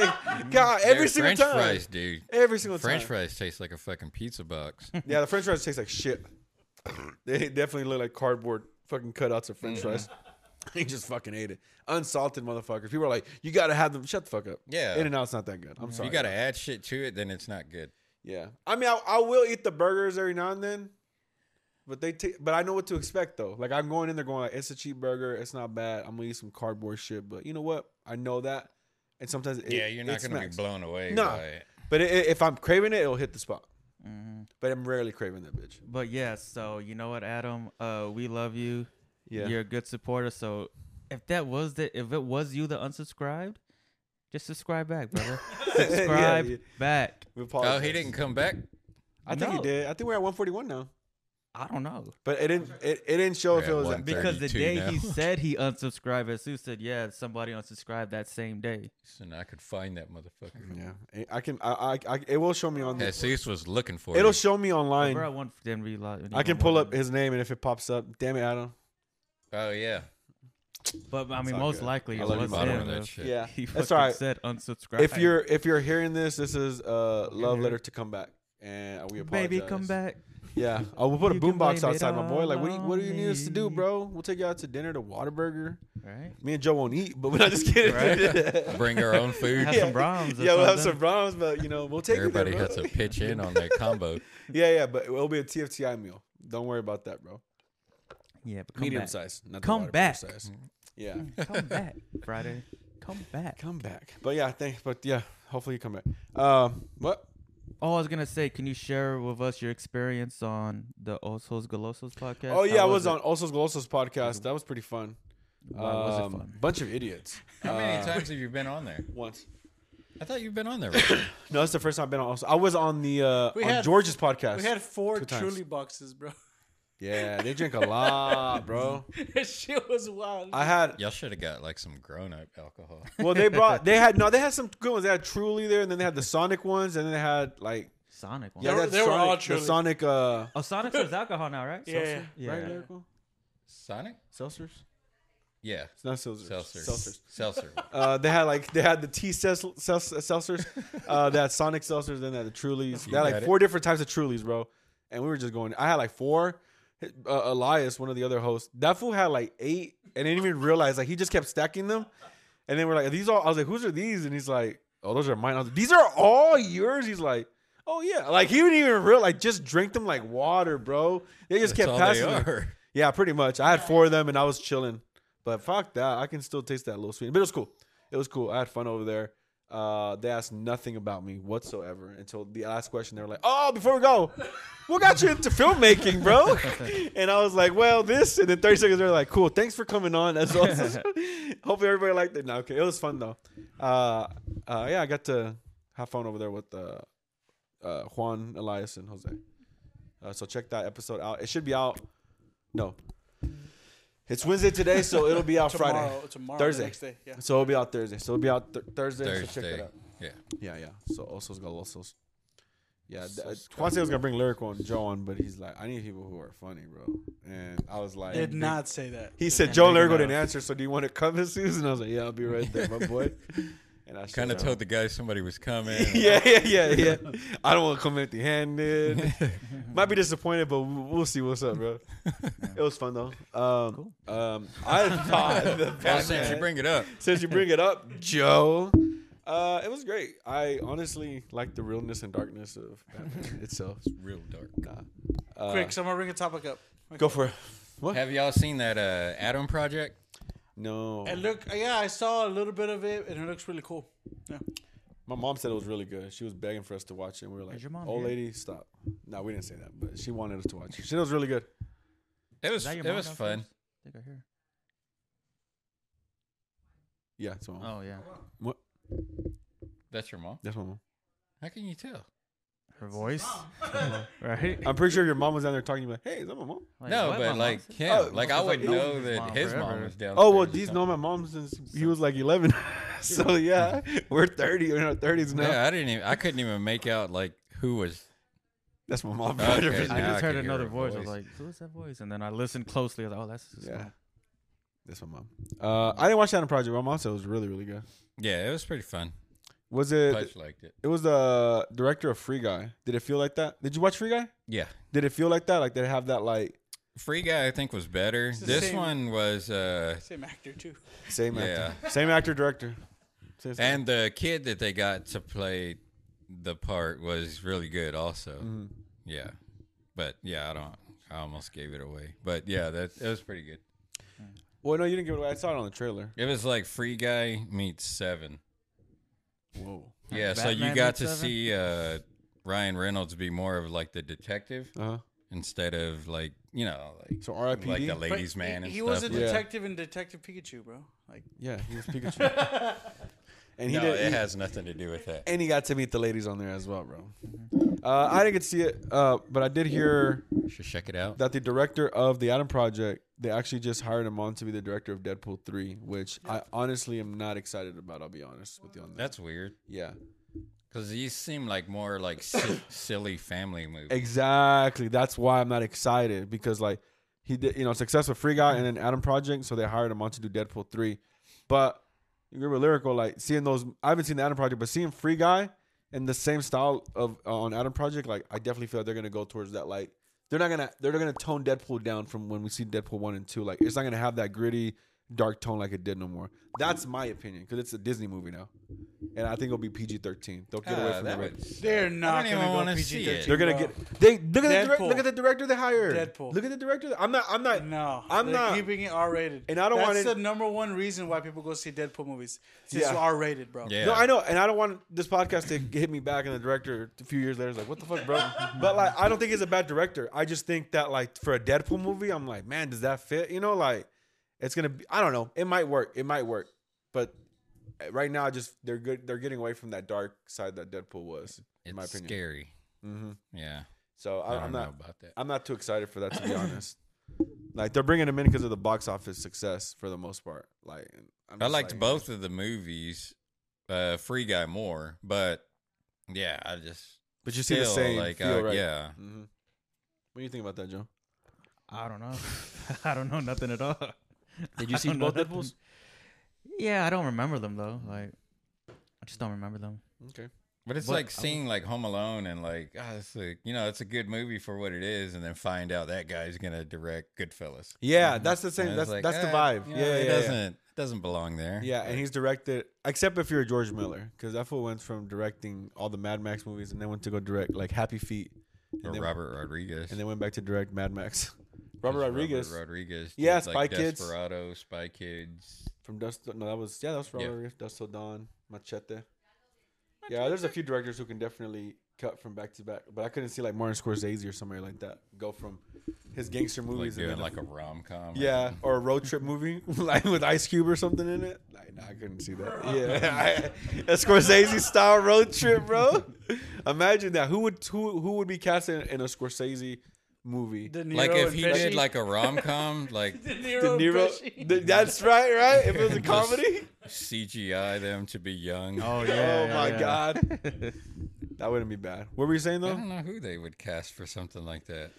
S2: God, every
S1: They're
S2: single
S1: French
S2: time,
S1: fries, dude.
S2: every single
S1: French
S2: time.
S1: fries taste like a fucking pizza box.
S2: Yeah, the French fries taste like shit. They definitely look like cardboard fucking cutouts of French fries. He just fucking ate it. Unsalted motherfuckers. People are like, you gotta have them. Shut the fuck up.
S1: Yeah.
S2: In and out's not that good. I'm
S1: if
S2: sorry.
S1: you got to add shit to it, then it's not good.
S2: Yeah. I mean, I, I will eat the burgers every now and then, but they take. But I know what to expect though. Like I'm going in there going like, it's a cheap burger. It's not bad. I'm gonna eat some cardboard shit. But you know what? I know that. And sometimes it,
S1: yeah, you're not
S2: it
S1: going to be
S2: smacks.
S1: blown away
S2: Nah.
S1: by it.
S2: But i i- if I'm craving it, it'll hit the spot.
S1: Mm-hmm.
S2: But I'm rarely craving that bitch.
S3: But yeah, so you know what, Adam? Uh, we love you.
S2: Yeah.
S3: You're a good supporter. So if that was the if it was you that unsubscribed, Just subscribe back, brother. subscribe
S2: yeah.
S3: back.
S2: We
S1: Oh,
S2: apologize.
S1: he didn't come back.
S2: I think he
S3: No.
S2: did. I think we're at 141 now.
S3: I don't know.
S2: But it didn't. It, it didn't show
S1: We're
S2: if
S1: at
S2: it was.
S1: one.
S3: Because the
S1: 32
S3: day
S1: now.
S3: he said he unsubscribed, Sue said, yeah, somebody unsubscribed that same day.
S1: And I could find that motherfucker.
S2: Yeah, I- I can. I, I. I. It will show me on the.
S1: Jesus was looking for
S2: It'll
S1: you.
S2: show me online.
S3: Bro, I want them to be live-
S2: I can pull up his name, and if it pops up, damn it, Adam.
S1: oh yeah.
S3: But I mean,
S2: all
S3: most
S2: good.
S3: likely
S2: I
S3: it
S2: love you,
S3: was
S2: Bob.
S1: Bottom
S3: him.
S1: of
S3: though.
S1: that shit.
S2: Yeah,
S3: He
S2: that's
S3: fucking
S2: all right.
S3: said unsubscribe.
S2: If you're if you're hearing this, this is uh, love letter to come back, and we apologize.
S3: baby, come back.
S2: Yeah, I will put a
S3: You can
S2: boombox
S3: blame it
S2: outside my boy. Like, what do you,
S3: all
S2: what do you need us to do,
S3: on me.
S2: bro? We'll take you out to dinner to Waterburger.
S3: Right?
S2: Me and Joe won't eat, but we're not just kidding.
S1: Bring our own food.
S3: Have some Brahms. or
S2: yeah, we'll have
S3: something.
S2: some Brahms, but you know we'll take
S1: Everybody
S2: you there,
S1: has
S2: bro.
S1: to pitch in on that combo.
S2: Yeah, yeah, but it'll be a TFTI meal. Don't worry about that, bro.
S3: Yeah, but come
S2: Medium
S3: back.
S2: size, not the
S3: Come
S2: Whataburger
S3: back.
S2: size.
S5: Mm-hmm.
S2: Yeah,
S3: Come back, Friday. Come back.
S2: come back. But yeah, thanks. But yeah, hopefully you come back. Um, what?
S3: Oh, I was gonna say, can you share with us your experience on the Osos Golosos podcast?
S2: Oh yeah,
S3: How
S2: I was
S3: it? Mm-hmm.
S2: on Osos Golosos podcast. That was pretty fun.
S3: Why was it
S2: Um,
S3: fun?
S2: Bunch of idiots.
S1: How many
S2: Uh,
S1: times have you been on there?
S2: Once.
S1: I thought you've been on there. Right?
S2: No, that's the first time I've been on. Osos. I was on the uh,
S5: We
S2: on
S5: had-
S2: George's podcast.
S5: We had four
S2: Two times.
S5: truly boxes, bro.
S2: yeah, they drink a lot, bro.
S5: that shit was wild.
S2: I had.
S1: Y'all should have got like some grown up alcohol.
S2: Well, they brought. They had no. They had some good ones. They had Truly there, and then they had the Sonic ones, and then they had like.
S3: Sonic. One.
S2: Yeah,
S5: They
S2: they,
S5: were-
S2: had
S5: they were all
S2: Sonic- The
S5: Truly.
S2: Sonic. Uh,
S3: Oh, Sonic serves alcohol now, right?
S5: Yeah,
S3: Seltzer?
S5: yeah.
S2: Right,
S3: yeah.
S2: lyrical?
S1: Sonic?
S2: Seltzers?
S1: Yeah.
S2: It's not seltzers.
S1: Seltzer.
S2: Seltzers.
S1: Seltzer.
S2: Uh, they had like they had the tea seltz- seltz- seltzers, uh, they had Sonic seltzers, then they had the Trulies. They
S1: got
S2: had like
S1: it.
S2: four different types of Trulies, bro. And we were just going. I had like four. Uh, Elias, one of the other hosts, that fool had like eight, and didn't even realize. Like he just kept stacking them, and then we're like, "These all." I was like, "Whose are these?" And he's like, "Oh, those are mine." I was like, "These are all yours." He's like. Oh yeah, like he didn't even real like just drink them like water, bro. They just
S1: That's
S2: kept
S1: all
S2: passing.
S1: they
S2: them.
S1: are.
S2: Yeah, pretty much. I had four of them and I was chilling. But fuck that. I can still taste that little sweet. But it was cool. It was cool. I had fun over there. Uh, they asked nothing about me whatsoever until the last question. They were like, "Oh, before we go, what got you into filmmaking, bro?" and I was like, "Well, this." And then thirty seconds, they're like, "Cool, thanks for coming on." As well. Hopefully, everybody liked it. No, okay, it was fun though. Uh, uh, yeah, I got to have fun over there with uh, uh, Juan, Elias, and Jose. Uh, so check that episode out. It should be out. No, it's Wednesday today, so it'll be out
S5: tomorrow,
S2: Friday.
S5: tomorrow,
S2: Thursday.
S5: the next day. Yeah.
S2: So it'll be out Thursday. So it'll be out th- Thursday. So check that
S1: Thursday.
S2: out.
S1: Yeah.
S2: Yeah, yeah. So also golosos. Yeah, th- Juan said I was gonna bring lyrical and Joe on, but he's like, I need people who are funny, bro. And I was like,
S5: Did not say that.
S2: He said
S3: And
S2: Joe
S3: big
S2: lyrical
S3: enough.
S2: didn't answer, so do you want to come as Susan? I was like, Yeah, I'll be right there, my boy. And I
S1: Kind of
S2: showed up.
S1: told the guy somebody was coming.
S2: Yeah, yeah, yeah, yeah. I don't want to come empty-handed. Might be disappointed, but we- we'll see what's up, bro. It was fun though. Um, um, I thought the
S1: Oh, since you
S2: Batman-
S1: bring it up,
S2: since you bring it up, Joe. Uh, it was great. I honestly like the realness and darkness of Batman itself.
S1: real dark.
S2: Nah. Uh,
S5: Quick, someone bring a topic up.
S2: go for it. What?
S1: Have y'all seen that uh, Atom Project?
S2: no.
S5: And look, uh, yeah, I saw a little bit of it, and it looks really cool. Yeah.
S2: My mom said it was really good. She was begging for us to watch it, and we were like,
S3: Is your mom
S2: "Old
S3: here?"
S2: lady, stop." No, we didn't say that, but she wanted us to watch it. She said it was really good.
S1: It was
S3: Is that your
S1: it
S3: mom
S1: was fun.
S3: downstairs? I think I hear.
S2: Yeah, that's my mom.
S3: Oh yeah,
S2: What?
S1: That's your mom.
S2: That's my mom.
S1: How can you tell?
S3: her voice. right?
S2: I'm pretty sure your mom was down there talking to you, like, "Hey, is that my mom?"
S3: Like,
S1: no,
S3: what? My
S1: but
S3: mom
S1: like
S3: said-
S1: yeah,
S2: Oh,
S1: like
S3: must
S1: I
S3: have
S1: wouldn't
S3: known
S1: know
S3: his
S1: that
S3: mom
S1: his mom
S3: forever.
S1: was down.
S2: Oh well, D's known my mom since he was like 11. so yeah, we're 30. We're in our 30s now.
S1: Yeah, I didn't. Even, I couldn't even make out like who was.
S2: That's my mom.
S1: Okay.
S3: I
S1: Now
S3: just
S1: I
S3: heard
S1: can hear
S3: another
S1: her
S3: voice. I was
S1: voice.
S3: like, "Who is that voice?" And then I listened closely. I was like, "Oh, that's his
S2: Yeah.
S3: mom."
S2: That's my mom. Uh, I didn't watch that in Project. My mom said it was really, really good.
S1: Yeah, it was pretty fun.
S2: Was it?
S1: Pudge liked it.
S2: It was the director of Free Guy. Did it feel like that? Did you watch Free Guy?
S1: Yeah,
S2: Did it feel like that? Like did it have that like
S1: Free Guy I think was better.
S5: the
S1: This
S5: same-
S1: one was, uh
S5: Same actor too.
S2: same actor,
S1: Yeah.
S2: same actor director? Same stuff.
S1: and the kid that they got to play the part was really good also. Yeah, but yeah, I don't. I almost gave it away, but yeah, that it was pretty good.
S2: well, no, you didn't give it away. I saw it on the trailer.
S1: It was like Free Guy meets Seven.
S2: Whoa.
S1: Yeah, so
S3: Batman
S1: you got
S3: meets
S1: to
S3: Seven?
S1: see uh, Ryan Reynolds be more of like the detective
S2: Uh huh.
S1: instead of like you know like
S2: So R.I.P.D.
S1: like the
S5: But
S1: ladies' man
S5: He,
S1: and
S5: he
S1: stuff.
S5: was a
S2: Yeah.
S5: detective in Detective Pikachu, bro. Like
S2: yeah, he was Pikachu. and he
S1: No,
S2: did.
S1: it
S2: he-
S1: has nothing to do with that.
S2: and he got to meet the ladies on there as well, bro. Uh, I didn't get to see it, uh, but I did hear
S1: Should check it out.
S2: that the director of the Adam Project they actually just hired him on to be the director of Deadpool three, which I honestly am not excited about. I'll be honest with you on that.
S1: That's weird
S2: Yeah,
S1: because these seem like more like si- silly family movies.
S2: exactly. That's why I'm not excited because like he did, you know, success with Free Guy and then Adam Project, so they hired him on to do Deadpool three. But you remember lyrical, like seeing those. I haven't seen the Adam Project, but seeing Free Guy and the same style of uh, on Adam Project, like I definitely feel like they're gonna go towards that. Like they're not gonna they're gonna tone Deadpool down from when we see Deadpool one and two. Like it's not gonna have that gritty dark tone like it did no more. That's my opinion because it's a Disney movie now, and I think it'll be PG thirteen. Don't get away
S1: Ah,
S2: from
S1: that
S2: that.
S1: would suck.
S5: They're not
S1: I don't
S5: gonna
S1: even
S5: go
S1: want to see
S5: PG-13.
S1: it.
S2: They're gonna
S5: Bro.
S2: get they look at the direct,
S5: Deadpool.
S2: look at the director they hired.
S5: Deadpool.
S2: Look at the director. I'm not. I'm not.
S5: No,
S2: I'm
S5: they're
S2: not.
S5: keeping it R rated.
S2: And I don't
S5: That's
S2: want it-
S5: the number one reason why people go see Deadpool movies. It's just
S2: Yeah.
S5: R rated, bro.
S1: Yeah.
S2: No, I know, and I don't want this podcast to hit me back. And the director, a few years later, is like, "What the fuck, bro?" but like, I don't think he's a bad director. I just think that like for a Deadpool movie, I'm like, man, does that fit? You know, like it's gonna be. I don't know. It might work. It might work. But eh, right now, just they're good. They're getting away from that dark side that Deadpool was, in
S1: It's
S2: my opinion.
S1: scary.
S2: hmm
S1: Yeah,
S2: So
S1: I
S2: I,
S1: don't
S2: I'm
S1: know
S2: not.
S1: about that.
S2: I'm not too excited for that to be honest. Like they're bringing him in because of the box office success for the most part. Like I'm
S1: I
S2: just
S1: liked
S2: like-
S1: both of the movies, uh, Free Guy more, but yeah, I just
S2: but you see the
S1: feel
S2: same
S1: like
S2: feel,
S1: uh,
S2: right?
S1: yeah,
S2: hmm What do you think about that, Joe?
S3: I don't know. I don't know nothing at all.
S2: Did you
S3: I
S2: see
S3: don't know
S2: both
S3: nothing.
S2: Deadpools?
S3: Yeah, I don't remember them though. Like, I just don't remember them.
S2: Okay.
S1: but it's
S3: But I
S1: like
S3: was-
S1: seeing like Home Alone and like ah, it's like you know it's a good movie for what it is, and then find out that guy's gonna direct Goodfellas.
S2: Yeah, that's the same.
S1: Mm-hmm. And it's
S2: That's
S1: like,
S2: that's the
S1: ah,
S2: vibe.
S1: you
S2: Yeah,
S1: know,
S2: yeah,
S1: it
S2: yeah.
S1: doesn't it doesn't belong there.
S2: Yeah, and he's directed, except if you're a George Miller, because that fool went from directing all the Mad Max movies and then went to go direct like Happy Feet,
S1: or
S2: and then,
S1: Robert Rodriguez.
S2: and then went back to direct Mad Max. Robert
S1: 'Cause
S2: Rodriguez
S1: Rodriguez.
S2: Yeah,
S1: did,
S2: Spy
S1: like
S2: Kids.
S1: Desperado, Spy Kids.
S2: from Dust. No, that was yeah, that was Robert
S1: Yeah.
S2: Rodriguez, Dust Till Dawn, Machete. Yeah, there's a few directors who can definitely cut from back to back, but I couldn't see like Martin Scorsese or somebody like that go from his gangster
S1: Like
S2: movies and
S1: doing
S2: then
S1: like a rom com.
S2: Yeah, or a road trip movie like with Ice Cube or something in it. Like, nah, I couldn't see that. Yeah, a Scorsese style road trip, bro. Imagine that. Who would who who would be cast in, in a Scorsese movie?
S5: De Niro
S1: Like if
S5: and
S1: he
S5: Pesci.
S1: did like a rom com, like
S5: De Niro,
S2: De Niro.
S5: and Pesci.
S2: Th- that's right, right. If it was a
S1: Just-
S2: comedy.
S1: CGI them to be young.
S3: Oh
S2: oh my god, that wouldn't be bad. What were you saying
S1: I
S2: though?
S1: don't know who they would cast for something like that.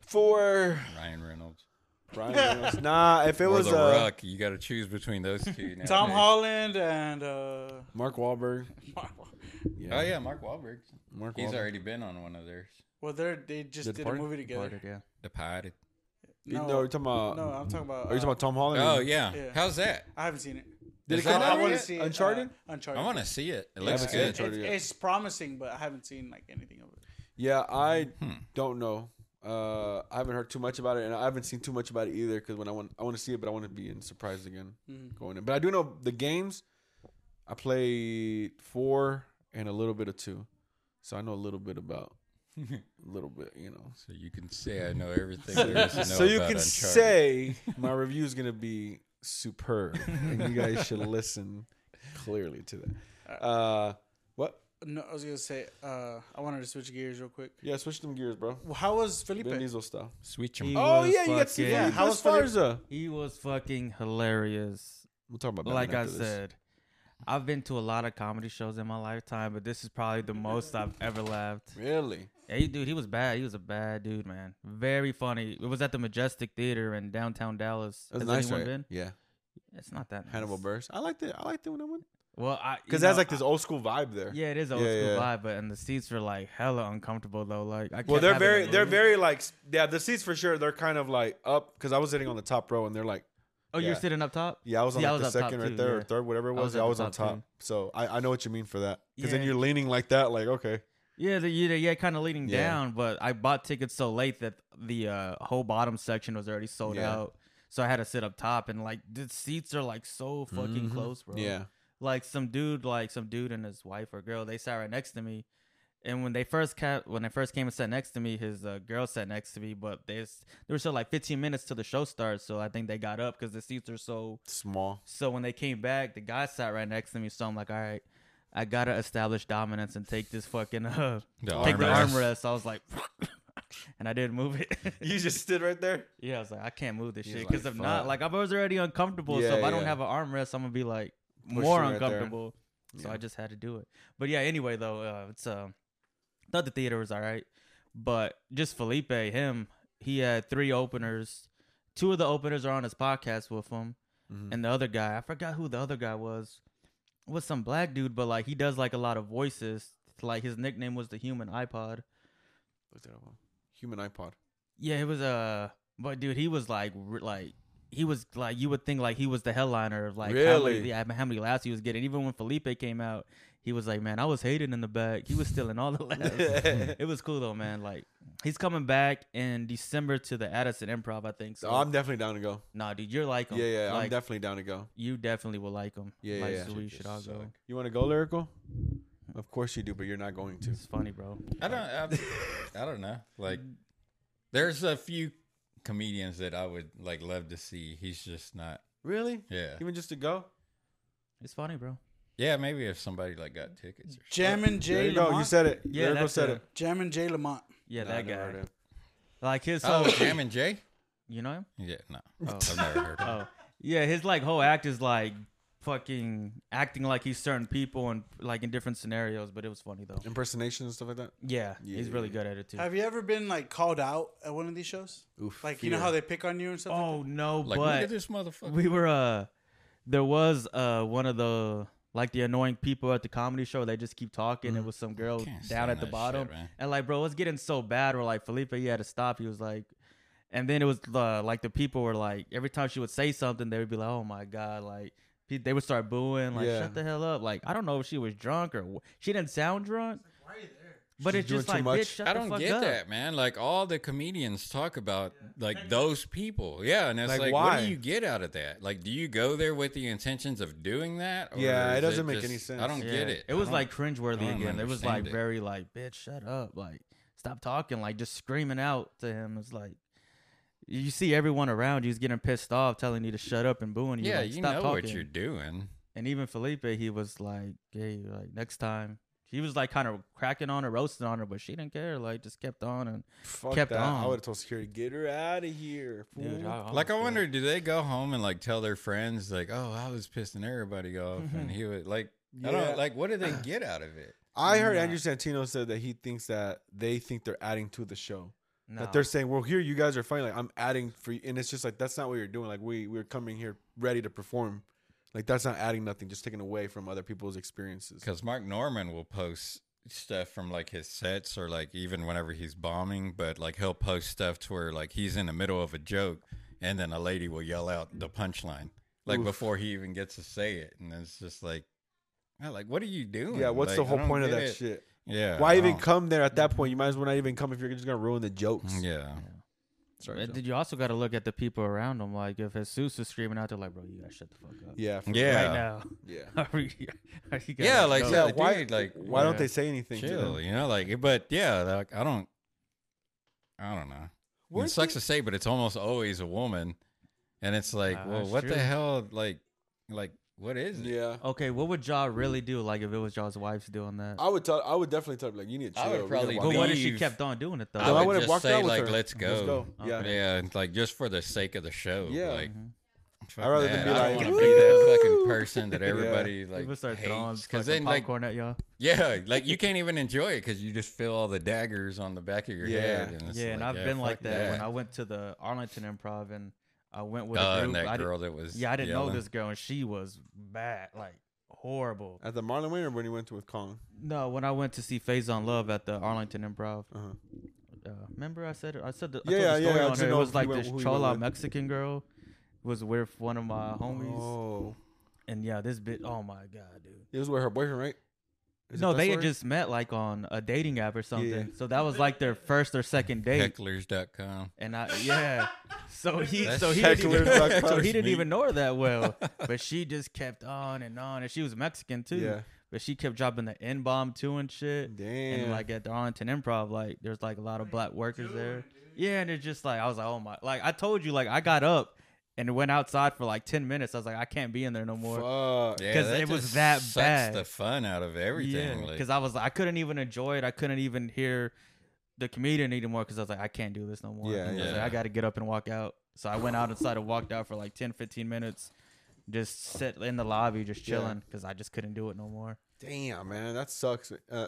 S2: For
S1: Ryan Reynolds.
S2: Ryan Reynolds. Nah, if it
S1: or
S2: was
S1: The
S2: uh,
S1: Rock. You got to choose between those two. Now.
S5: Tom Holland and uh,
S2: Mark Wahlberg.
S1: Oh yeah, Mark Wahlberg.
S2: Mark
S1: He's
S2: Wahlberg.
S1: already been on one of theirs.
S5: well, they are they just
S2: The
S5: did
S2: Departed?
S5: a movie together.
S3: Departed, yeah.
S1: The Pirate.
S2: No,
S5: No,
S2: no, you're talking about.
S5: no, I'm talking about.
S2: Are you
S5: uh,
S2: talking about Tom Holland?
S1: Oh yeah.
S5: Yeah.
S1: How's that?
S5: I haven't seen it.
S2: Did it
S1: Is
S2: come
S1: that
S5: I,
S2: out
S1: out
S5: want to
S2: yet?
S5: see
S2: Uncharted?
S5: Uh, Uncharted.
S1: I want to see it. It
S2: I
S1: looks
S2: haven't seen
S1: good.
S2: Uncharted.
S5: It's,
S2: yet.
S5: it's promising, but I haven't seen like anything of it.
S2: Yeah, I
S1: Hmm.
S2: don't know. Uh, I haven't heard too much about it, and I haven't seen too much about it either. Because when I want, I want to see it, but I want to be in surprise again
S5: Mm-hmm.
S2: going in. But I do know the games. I played four and a little bit of two, so I know a little bit about a little bit. You know,
S1: So you can say I know everything there is to know
S2: so you
S1: about
S2: can
S1: Uncharted.
S2: say my review is gonna be superb, and you guys should listen clearly to that. Uh, what?
S5: No, I was gonna say uh, I wanted to switch gears real quick.
S2: Yeah, switch them gears, bro.
S5: Well, How was Felipe?
S2: Vin Diesel stuff.
S1: Switch
S3: He
S1: 'em.
S2: Oh
S3: was
S2: yeah, you got to see
S3: fucking-
S2: yeah,
S5: Yeah, how was Philippe-
S2: Farza.
S3: He was fucking hilarious.
S2: We'll talk about Batman
S3: like I
S2: after this.
S3: said, I've been to a lot of comedy shows in my lifetime, but this is probably the most I've ever laughed.
S2: Really?
S3: Hey, dude, he was bad. He was a bad dude, man. Very funny. It was at the Majestic Theater in downtown Dallas.
S2: That
S3: Has
S2: was nice,
S3: anyone
S2: right?
S3: been?
S2: Yeah.
S3: It's not that nice.
S2: Hannibal Buress. I liked it. I liked it when I went
S3: Well, I
S2: because
S3: you
S2: it has
S3: know,
S2: like this old school vibe there.
S3: I- yeah, it is old
S2: Yeah,
S3: school
S2: yeah.
S3: vibe, but and the seats were like hella uncomfortable though. Like, I
S2: Well,
S3: kept
S2: they're
S3: having to
S2: very, they're
S3: move.
S2: very like, s- yeah, the seats for sure. They're kind of like up because I was sitting on the top row and they're like,
S3: Oh,
S2: yeah.
S3: you're sitting up top.
S2: yeah, I was on
S3: See, I
S2: like
S3: was
S2: the
S3: up top
S2: second right
S3: too,
S2: there or
S3: yeah.
S2: third, whatever it
S3: I
S2: was.
S3: was
S2: yeah,
S3: at
S2: I
S3: the
S2: was on
S3: top
S2: top.
S3: too.
S2: So I, I know what you mean for that because then
S3: Yeah.
S2: you're leaning like that, like okay,
S3: Yeah, the, yeah, yeah, kind of leaning
S2: Yeah.
S3: down, but I bought tickets so late that the uh, whole bottom section was already sold
S2: Yeah.
S3: out. So I had to sit up top, and like the seats are like so fucking
S2: Mhm.
S3: close, bro. Like some dude, like some dude and his wife or girl, they sat right next to me, And when they first ca- when they first came and sat next to me, his uh, girl sat next to me, but they s- they were still like 15 minutes till the show starts, so I think they got up because the seats are so
S2: Small.
S3: so when they came back, the guy sat right next to me, so I'm like, all right, I gotta establish dominance and take this fucking uh,
S1: The
S3: take the
S1: armrest.
S3: armrest. I was like, and I didn't move it.
S5: You just stood right there.
S3: yeah, I was like, I can't move this
S2: He's
S3: shit
S2: like,
S3: because if not,
S2: fuck.
S3: like I was already uncomfortable. so
S2: Yeah,
S3: if I don't
S2: yeah.
S3: have an armrest, I'm gonna be like
S2: Pushing
S3: more
S2: right there.
S3: uncomfortable. So
S2: Yeah.
S3: I just had to do it. But yeah, anyway though, uh, it's uh, thought the theater was all right, but just Felipe, him, he had three openers. Two of the openers are on his podcast with him
S2: Mhm.
S3: and the other guy i forgot who the other guy was was some black dude but like he does like a lot of voices like his nickname was the human ipod
S2: Look that up. Human iPod.
S3: yeah it was uh but dude he was like r- like he was like you would think like he was the headliner of like how many,
S2: Really?
S3: yeah, I mean, how many laughs he was getting even when Felipe came out he was like man I was hated in the back he was stealing all the laughs it was cool though man like he's coming back in December to the Addison Improv I think so
S2: Oh, I'm definitely down to go.
S3: nah dude you're like him
S2: Yeah, yeah. I'm
S3: Like,
S2: definitely down to go.
S3: you definitely will like him
S2: Yeah,
S3: like,
S2: yeah,
S3: so
S2: yeah.
S3: we
S1: Shit
S3: should all
S1: just
S3: go
S1: suck.
S2: You want to go, Lyrical? Of course you do, but you're not going to.
S3: It's funny, bro.
S1: I don't. I, I don't know. Like, there's a few comedians that I would like love to see. He's just not.
S2: Really?
S1: Yeah.
S2: Even just to go?
S3: It's funny, bro.
S1: Yeah. Maybe if somebody like got tickets. Or
S5: Jammin'
S2: There
S5: J.
S2: you go. You
S5: Lamont.
S2: said it.
S3: Yeah,
S2: Lyrical
S3: that's
S2: said
S3: a-
S2: it.
S5: Jammin' J. Lamont.
S3: Yeah,
S2: Nah, I
S3: that
S2: never
S3: guy.
S2: heard it.
S3: Like his whole,
S1: Oh, Jam and Jay.
S3: you know him?
S1: Yeah. No. I've never heard. Of him.
S3: Oh, yeah. His like whole act is like fucking acting like he's certain people and like in different scenarios. But it was funny though.
S2: Impersonation and stuff like that.
S3: Yeah, he's
S2: Yeah.
S3: really good at it too.
S5: Have you ever been like called out at one of these shows?
S2: Oof.
S5: Like you know
S2: fear.
S5: how they pick on you and stuff.
S3: Oh no,
S1: Like, look at
S3: but
S1: this motherfucker.
S3: we were uh, there was uh one of the like the annoying people at the comedy show. They just keep talking. It was some girl
S1: Can't
S3: down
S1: stand
S3: at
S1: that
S3: the
S1: shit,
S3: bottom,
S1: man.
S3: and like, bro, it's getting so bad. We're like, Felipe, you had to stop. He was like, and then it was uh, like the people were like, every time she would say something, they would be like, oh my god, like pe- they would start booing, like
S2: Yeah.
S3: shut the hell up. Like I don't know if she was drunk or wh- she didn't sound drunk,
S5: Why are you there?
S3: but
S2: She's
S3: it's just
S2: doing
S3: like, bitch,
S2: too much.
S3: shut
S1: I
S3: the
S1: don't
S3: fuck
S1: get
S3: up.
S1: that, man. Like all the comedians talk about like those people. Yeah, and it's
S2: Like,
S1: like, what
S2: why?
S1: do you get out of that? Like, do you go there with the intentions of doing that?
S2: Yeah,
S1: is
S2: it doesn't make any
S1: I
S2: sense.
S1: don't
S3: Yeah.
S1: get it.
S3: It
S1: I
S3: was
S1: don't-
S3: like
S1: I
S3: cringeworthy
S1: don't
S3: again. It was like
S1: understand it.
S3: very like, bitch, shut up, like stop talking, like just screaming out to him. It's like. You see everyone around you's getting pissed off, telling you to shut up and booing you.
S1: yeah,
S3: like,
S1: you
S3: stop
S1: know
S3: talking.
S1: what you're doing.
S3: And even Felipe, he was like, "Hey, like next time." He was like kind of cracking on her, roasting on her, but she didn't care. Like just kept on and
S2: Fuck
S3: kept
S2: that.
S3: on.
S2: I would have told security, get her out of here. Fool.
S1: Like, I wonder, do they go home and like tell their friends, like, oh, I was pissing everybody off, and he would like, I
S2: Yeah.
S1: don't like, what do they get out of it?
S2: I heard
S3: Nah.
S2: Andrew Santino said that he thinks that they think they're adding to the show.
S3: no.
S2: That they're saying, "Well, here you guys are fighting. Like I'm adding for you," and it's just like that's not what you're doing. Like we we're coming here ready to perform. Like that's not adding nothing. Just taking away from other people's experiences.
S1: Because Mark Norman will post stuff from like his sets or like even whenever he's bombing, but like he'll post stuff to where like he's in the middle of a joke and then a lady will yell out the punchline like
S2: Oof.
S1: before he even gets to say it. And it's just like, I like, what are you doing?
S2: Yeah, what's
S1: Like,
S2: the
S1: I
S2: whole
S1: don't
S2: point of
S1: get
S2: that
S1: it.
S2: shit?
S1: Yeah. Oh. I
S2: Why even
S1: don't- Mm-hmm.
S2: come there at that point? You might as well not even come if you're just gonna ruin the jokes.
S1: Yeah.
S2: Sorry,
S3: And
S2: Joe.
S3: then you also got to look at the people around him. Like if Jesus is screaming out, they're like, "Bro, you gotta shut the fuck up."
S2: yeah, for-
S1: Yeah.
S3: Right now.
S2: yeah,
S3: You gotta
S1: Yeah, like,
S3: go.
S2: yeah.
S1: dude,
S2: Why
S1: like,
S2: why don't
S3: yeah.
S2: they say anything? to them?
S1: Chill, you know, like, eh, but yeah, like, I don't, I don't know.
S2: Weren't
S1: it sucks
S2: they-
S1: to say, but it's almost always a woman, and it's like,
S3: Ah,
S1: well,
S3: that's
S1: what
S3: true.
S1: the hell, like, like what is it?
S2: Yeah,
S3: Okay, what would y'all
S1: Mm.
S3: really do? Like if it was y'all's wives doing that?
S2: I would tell. I would definitely tell. Like you need to
S1: I
S2: chill.
S1: would
S2: We
S1: probably
S2: gotta
S3: but
S2: walk
S3: what
S2: out.
S3: if she
S1: leave.
S3: kept on doing it though?
S1: I
S2: Then I
S1: would
S2: would've
S1: just
S2: walked
S1: say
S2: out with
S1: like,
S2: her.
S1: let's go.
S2: Let's go.
S3: Okay.
S2: Yeah.
S1: Yeah, and, like just for the sake of the show.
S2: Yeah.
S1: like,
S3: Mm-hmm.
S1: fuck
S2: I'd rather
S1: that.
S2: than be
S1: I don't
S2: like,
S1: want to be that fucking person that everybody
S3: People
S1: like
S3: start throwing
S1: because
S3: fucking
S1: then like
S3: popcorn at y'all.
S1: yeah, like you can't even enjoy it because you just feel all the daggers on the back of your
S2: Yeah.
S1: head. And it's
S3: Yeah, and I've been
S1: fuck
S3: like that, when I went to the Arlington Improv and I went with
S1: Uh,
S3: a
S1: and
S3: group. I
S1: that
S3: di-
S1: girl that was
S3: yeah, I didn't know
S1: yelling.
S3: this girl, and she was bad, like horrible.
S2: At the Marlin Wayne or when he went to with Kong?
S3: No, when I went to see Phase on Love at the Arlington Improv,
S2: Uh-huh.
S3: uh, remember I said I said the, I
S2: Yeah,
S3: told the
S2: yeah,
S3: story
S2: yeah, I
S3: on
S2: just
S3: her. It
S2: know
S3: was
S2: who
S3: like
S2: you went-
S3: this
S2: who you went
S3: chola
S2: with.
S3: Mexican girl was with one of my homies,
S2: Oh,
S3: and yeah, this bit. Oh my god, dude.
S2: it was with her boyfriend, right? Is it
S3: no,
S2: that
S3: they had
S2: story?
S3: just met like on a dating app or something.
S2: yeah.
S3: So that was like their first or second date.
S1: hecklers.com.
S3: And I yeah. So he
S1: That's
S3: so he didn't
S2: hecklers
S3: even,
S2: like
S3: so he
S2: punch
S3: didn't
S1: me.
S3: even know her that well. But she just kept on and on and she was Mexican too.
S2: Yeah.
S3: But But she kept dropping the N bomb too and shit.
S2: Damn.
S3: And like at the Arlington Improv, like there's like a lot of black workers there. Yeah, and it's just like I was like, oh my, like I told you, like I got up and went outside for like ten minutes. I was like, I can't be in there no more.
S2: Fuck.
S1: Yeah,
S3: 'Cause
S1: that
S3: it was
S1: just
S3: that
S1: sucks
S3: bad.
S1: the fun out of everything. like-
S3: because I was like, I couldn't even enjoy it. I couldn't even hear the comedian anymore because I was like, I can't do this no more.
S2: Yeah,
S3: I, was like,
S1: yeah.
S3: I got to get up and walk out. So I went out outside and walked out for like 10, 15 minutes, just sit in the lobby, just
S2: Yeah.
S3: chilling because I just couldn't do it no more.
S2: Damn, man, that sucks. Uh,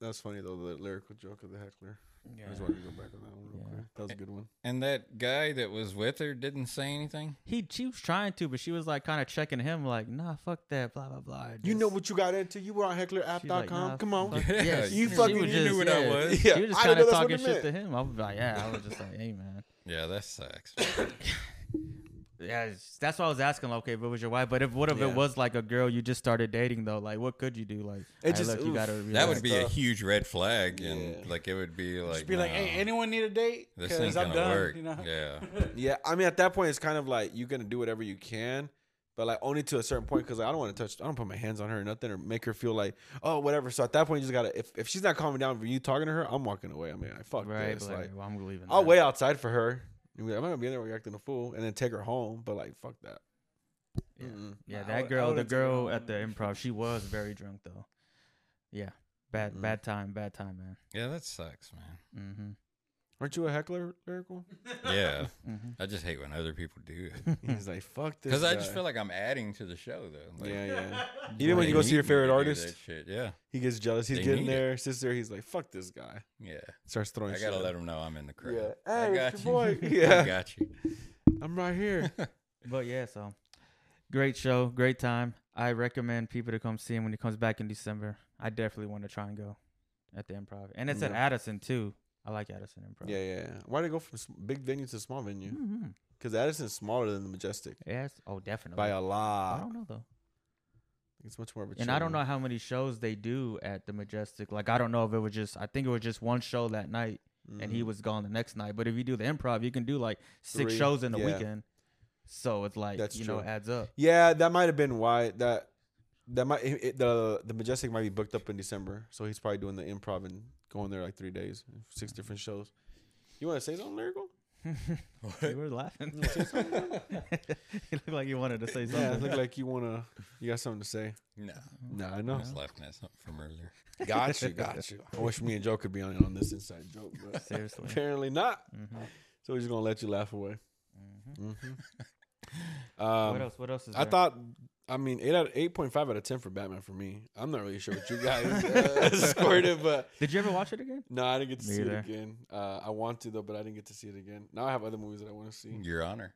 S2: that's funny though. The lyrical joke of the heckler. I just wanted to go back on that one real
S3: Yeah.
S2: quick. That was a good one.
S1: and that guy that was with her didn't say anything.
S3: He she was trying to, but she was like kind of checking him, like, nah, fuck that, blah blah blah.
S2: You know
S3: Just-
S2: what you got into? You were on
S3: she
S2: hecklerap.com.
S3: like, nah,
S2: Come on.
S3: fuck-
S1: Yeah,
S3: yeah,
S1: you
S3: she- she
S2: fucking-
S3: was
S2: you knew
S3: just-
S1: what I
S3: yeah.
S1: was.
S2: Yeah,
S3: She was just
S2: I didn't
S3: kind of
S2: know that's what
S3: talking
S2: it
S3: shit to
S2: meant.
S3: him. I was like, yeah, I was just like, hey man.
S1: Yeah, that sucks.
S3: Yeah, it's- that's why I was asking. Like, okay, what was your wife? But if what if
S2: Yeah.
S3: it was like a girl you just started dating though? Like, what could you do? Like, it
S2: It just-
S3: just look, you
S2: oof.
S3: gotta.
S1: that would
S3: relax.
S1: be a huge red flag, and
S2: Yeah.
S1: like it would be like
S5: Just be like,
S1: "Nah,
S5: hey, anyone need a date?
S1: this ain't
S5: Because
S1: gonna
S5: I'm done.
S1: work.
S5: You know?
S1: Yeah,
S2: Yeah, I mean, at that point, it's kind of like you're gonna do whatever you can, but like only to a certain point because I don't want to touch, I don't put my hands on her or nothing, or make her feel like oh whatever. So at that point, you just gotta if, if she's not calming down for you talking to her, I'm walking away. I mean, I fuck
S3: right.
S2: this.
S3: but,
S2: Like,
S3: Like, well, I'm leaving.
S2: I'll
S3: now.
S2: wait outside for her. I'm not gonna be in there where you're acting a fool, and then take her home. But like, fuck that.
S3: Yeah.
S2: Mm-mm.
S3: Yeah,
S5: I
S3: that
S5: would- I
S3: girl, the
S5: would've taken
S3: girl
S5: all
S3: at the
S5: of it.
S3: improv, she was very drunk though. Yeah, bad,
S2: Mm.
S3: bad time, bad time, man.
S1: yeah, that sucks, man.
S3: Mm-hmm.
S2: Aren't you a heckler, lyrical?
S1: Yeah,
S3: mm-hmm.
S1: I just hate when other people do it
S2: He's like, fuck this.
S1: because I
S2: guy.
S1: just feel like I'm adding to the show though. Like,
S2: yeah, yeah.
S1: they
S2: Even when you go see
S1: need me
S2: your
S1: to
S2: favorite
S1: do
S2: artist,
S1: that shit. yeah,
S2: he gets jealous. He's
S1: They
S2: getting
S1: need it.
S2: there, sits there. He's like, fuck this guy.
S1: yeah,
S2: Starts throwing.
S1: I gotta
S2: shit.
S1: let them know I'm in the crowd.
S2: Yeah.
S1: I
S2: Hey,
S1: got
S2: it's
S1: you.
S2: your boy.
S1: I
S2: Yeah.
S1: got you.
S2: I'm right here.
S3: But yeah, so great show, great time. I recommend people to come see him when he comes back in December. I definitely want to try and go at the improv, and it's at
S2: Yeah.
S3: Addison too. I like Addison improv.
S2: Yeah, yeah. yeah. Why did it go from sm- big venue to small venue?
S3: Mm-hmm.
S2: Because Addison's smaller than the Majestic
S3: Yes. Oh, definitely.
S2: by a
S3: I
S2: lot.
S3: don't know though.
S2: It's much more of a.
S3: And
S2: chill
S3: I don't
S2: one.
S3: know how many shows they do at the Majestic. Like I don't know if it was just I think it was just one show that night and he
S2: Mhm.
S3: was gone the next night. But if you do the improv, you can do like six
S2: Three,
S3: shows in the
S2: yeah.
S3: weekend. So it's like
S2: That's
S3: you know,
S2: true.
S3: adds up.
S2: Yeah, that might have been why that that might it, it- the the Majestic might be booked up in December, so he's probably doing the improv and going there like three days, six different shows. You want to say something lyrical?
S3: you were laughing. you looked like you wanted to say
S2: Yeah, it
S3: something.
S2: looked like you wanna. You got something to say?
S1: No,
S2: No, I
S1: I
S2: know.
S1: was laughing at something from earlier.
S2: Got you, got you. I wish me and Joe could be on on this inside joke, but
S3: Seriously.
S2: apparently not.
S3: Mhm.
S2: So we're just gonna let you laugh away.
S3: Mhm.
S2: Mhm. Um,
S3: what else? What else is
S2: I
S3: there?
S2: thought. I mean, eight out eight point five out of ten for Batman for me. I'm not really sure what you guys uh, scored it, but
S3: Did you ever watch it again?
S2: no, I didn't get to
S3: Me
S2: see
S3: either.
S2: it again. Uh, I want to though, but I didn't get to see it again. Now I have other movies that I want to see.
S1: Your Honor.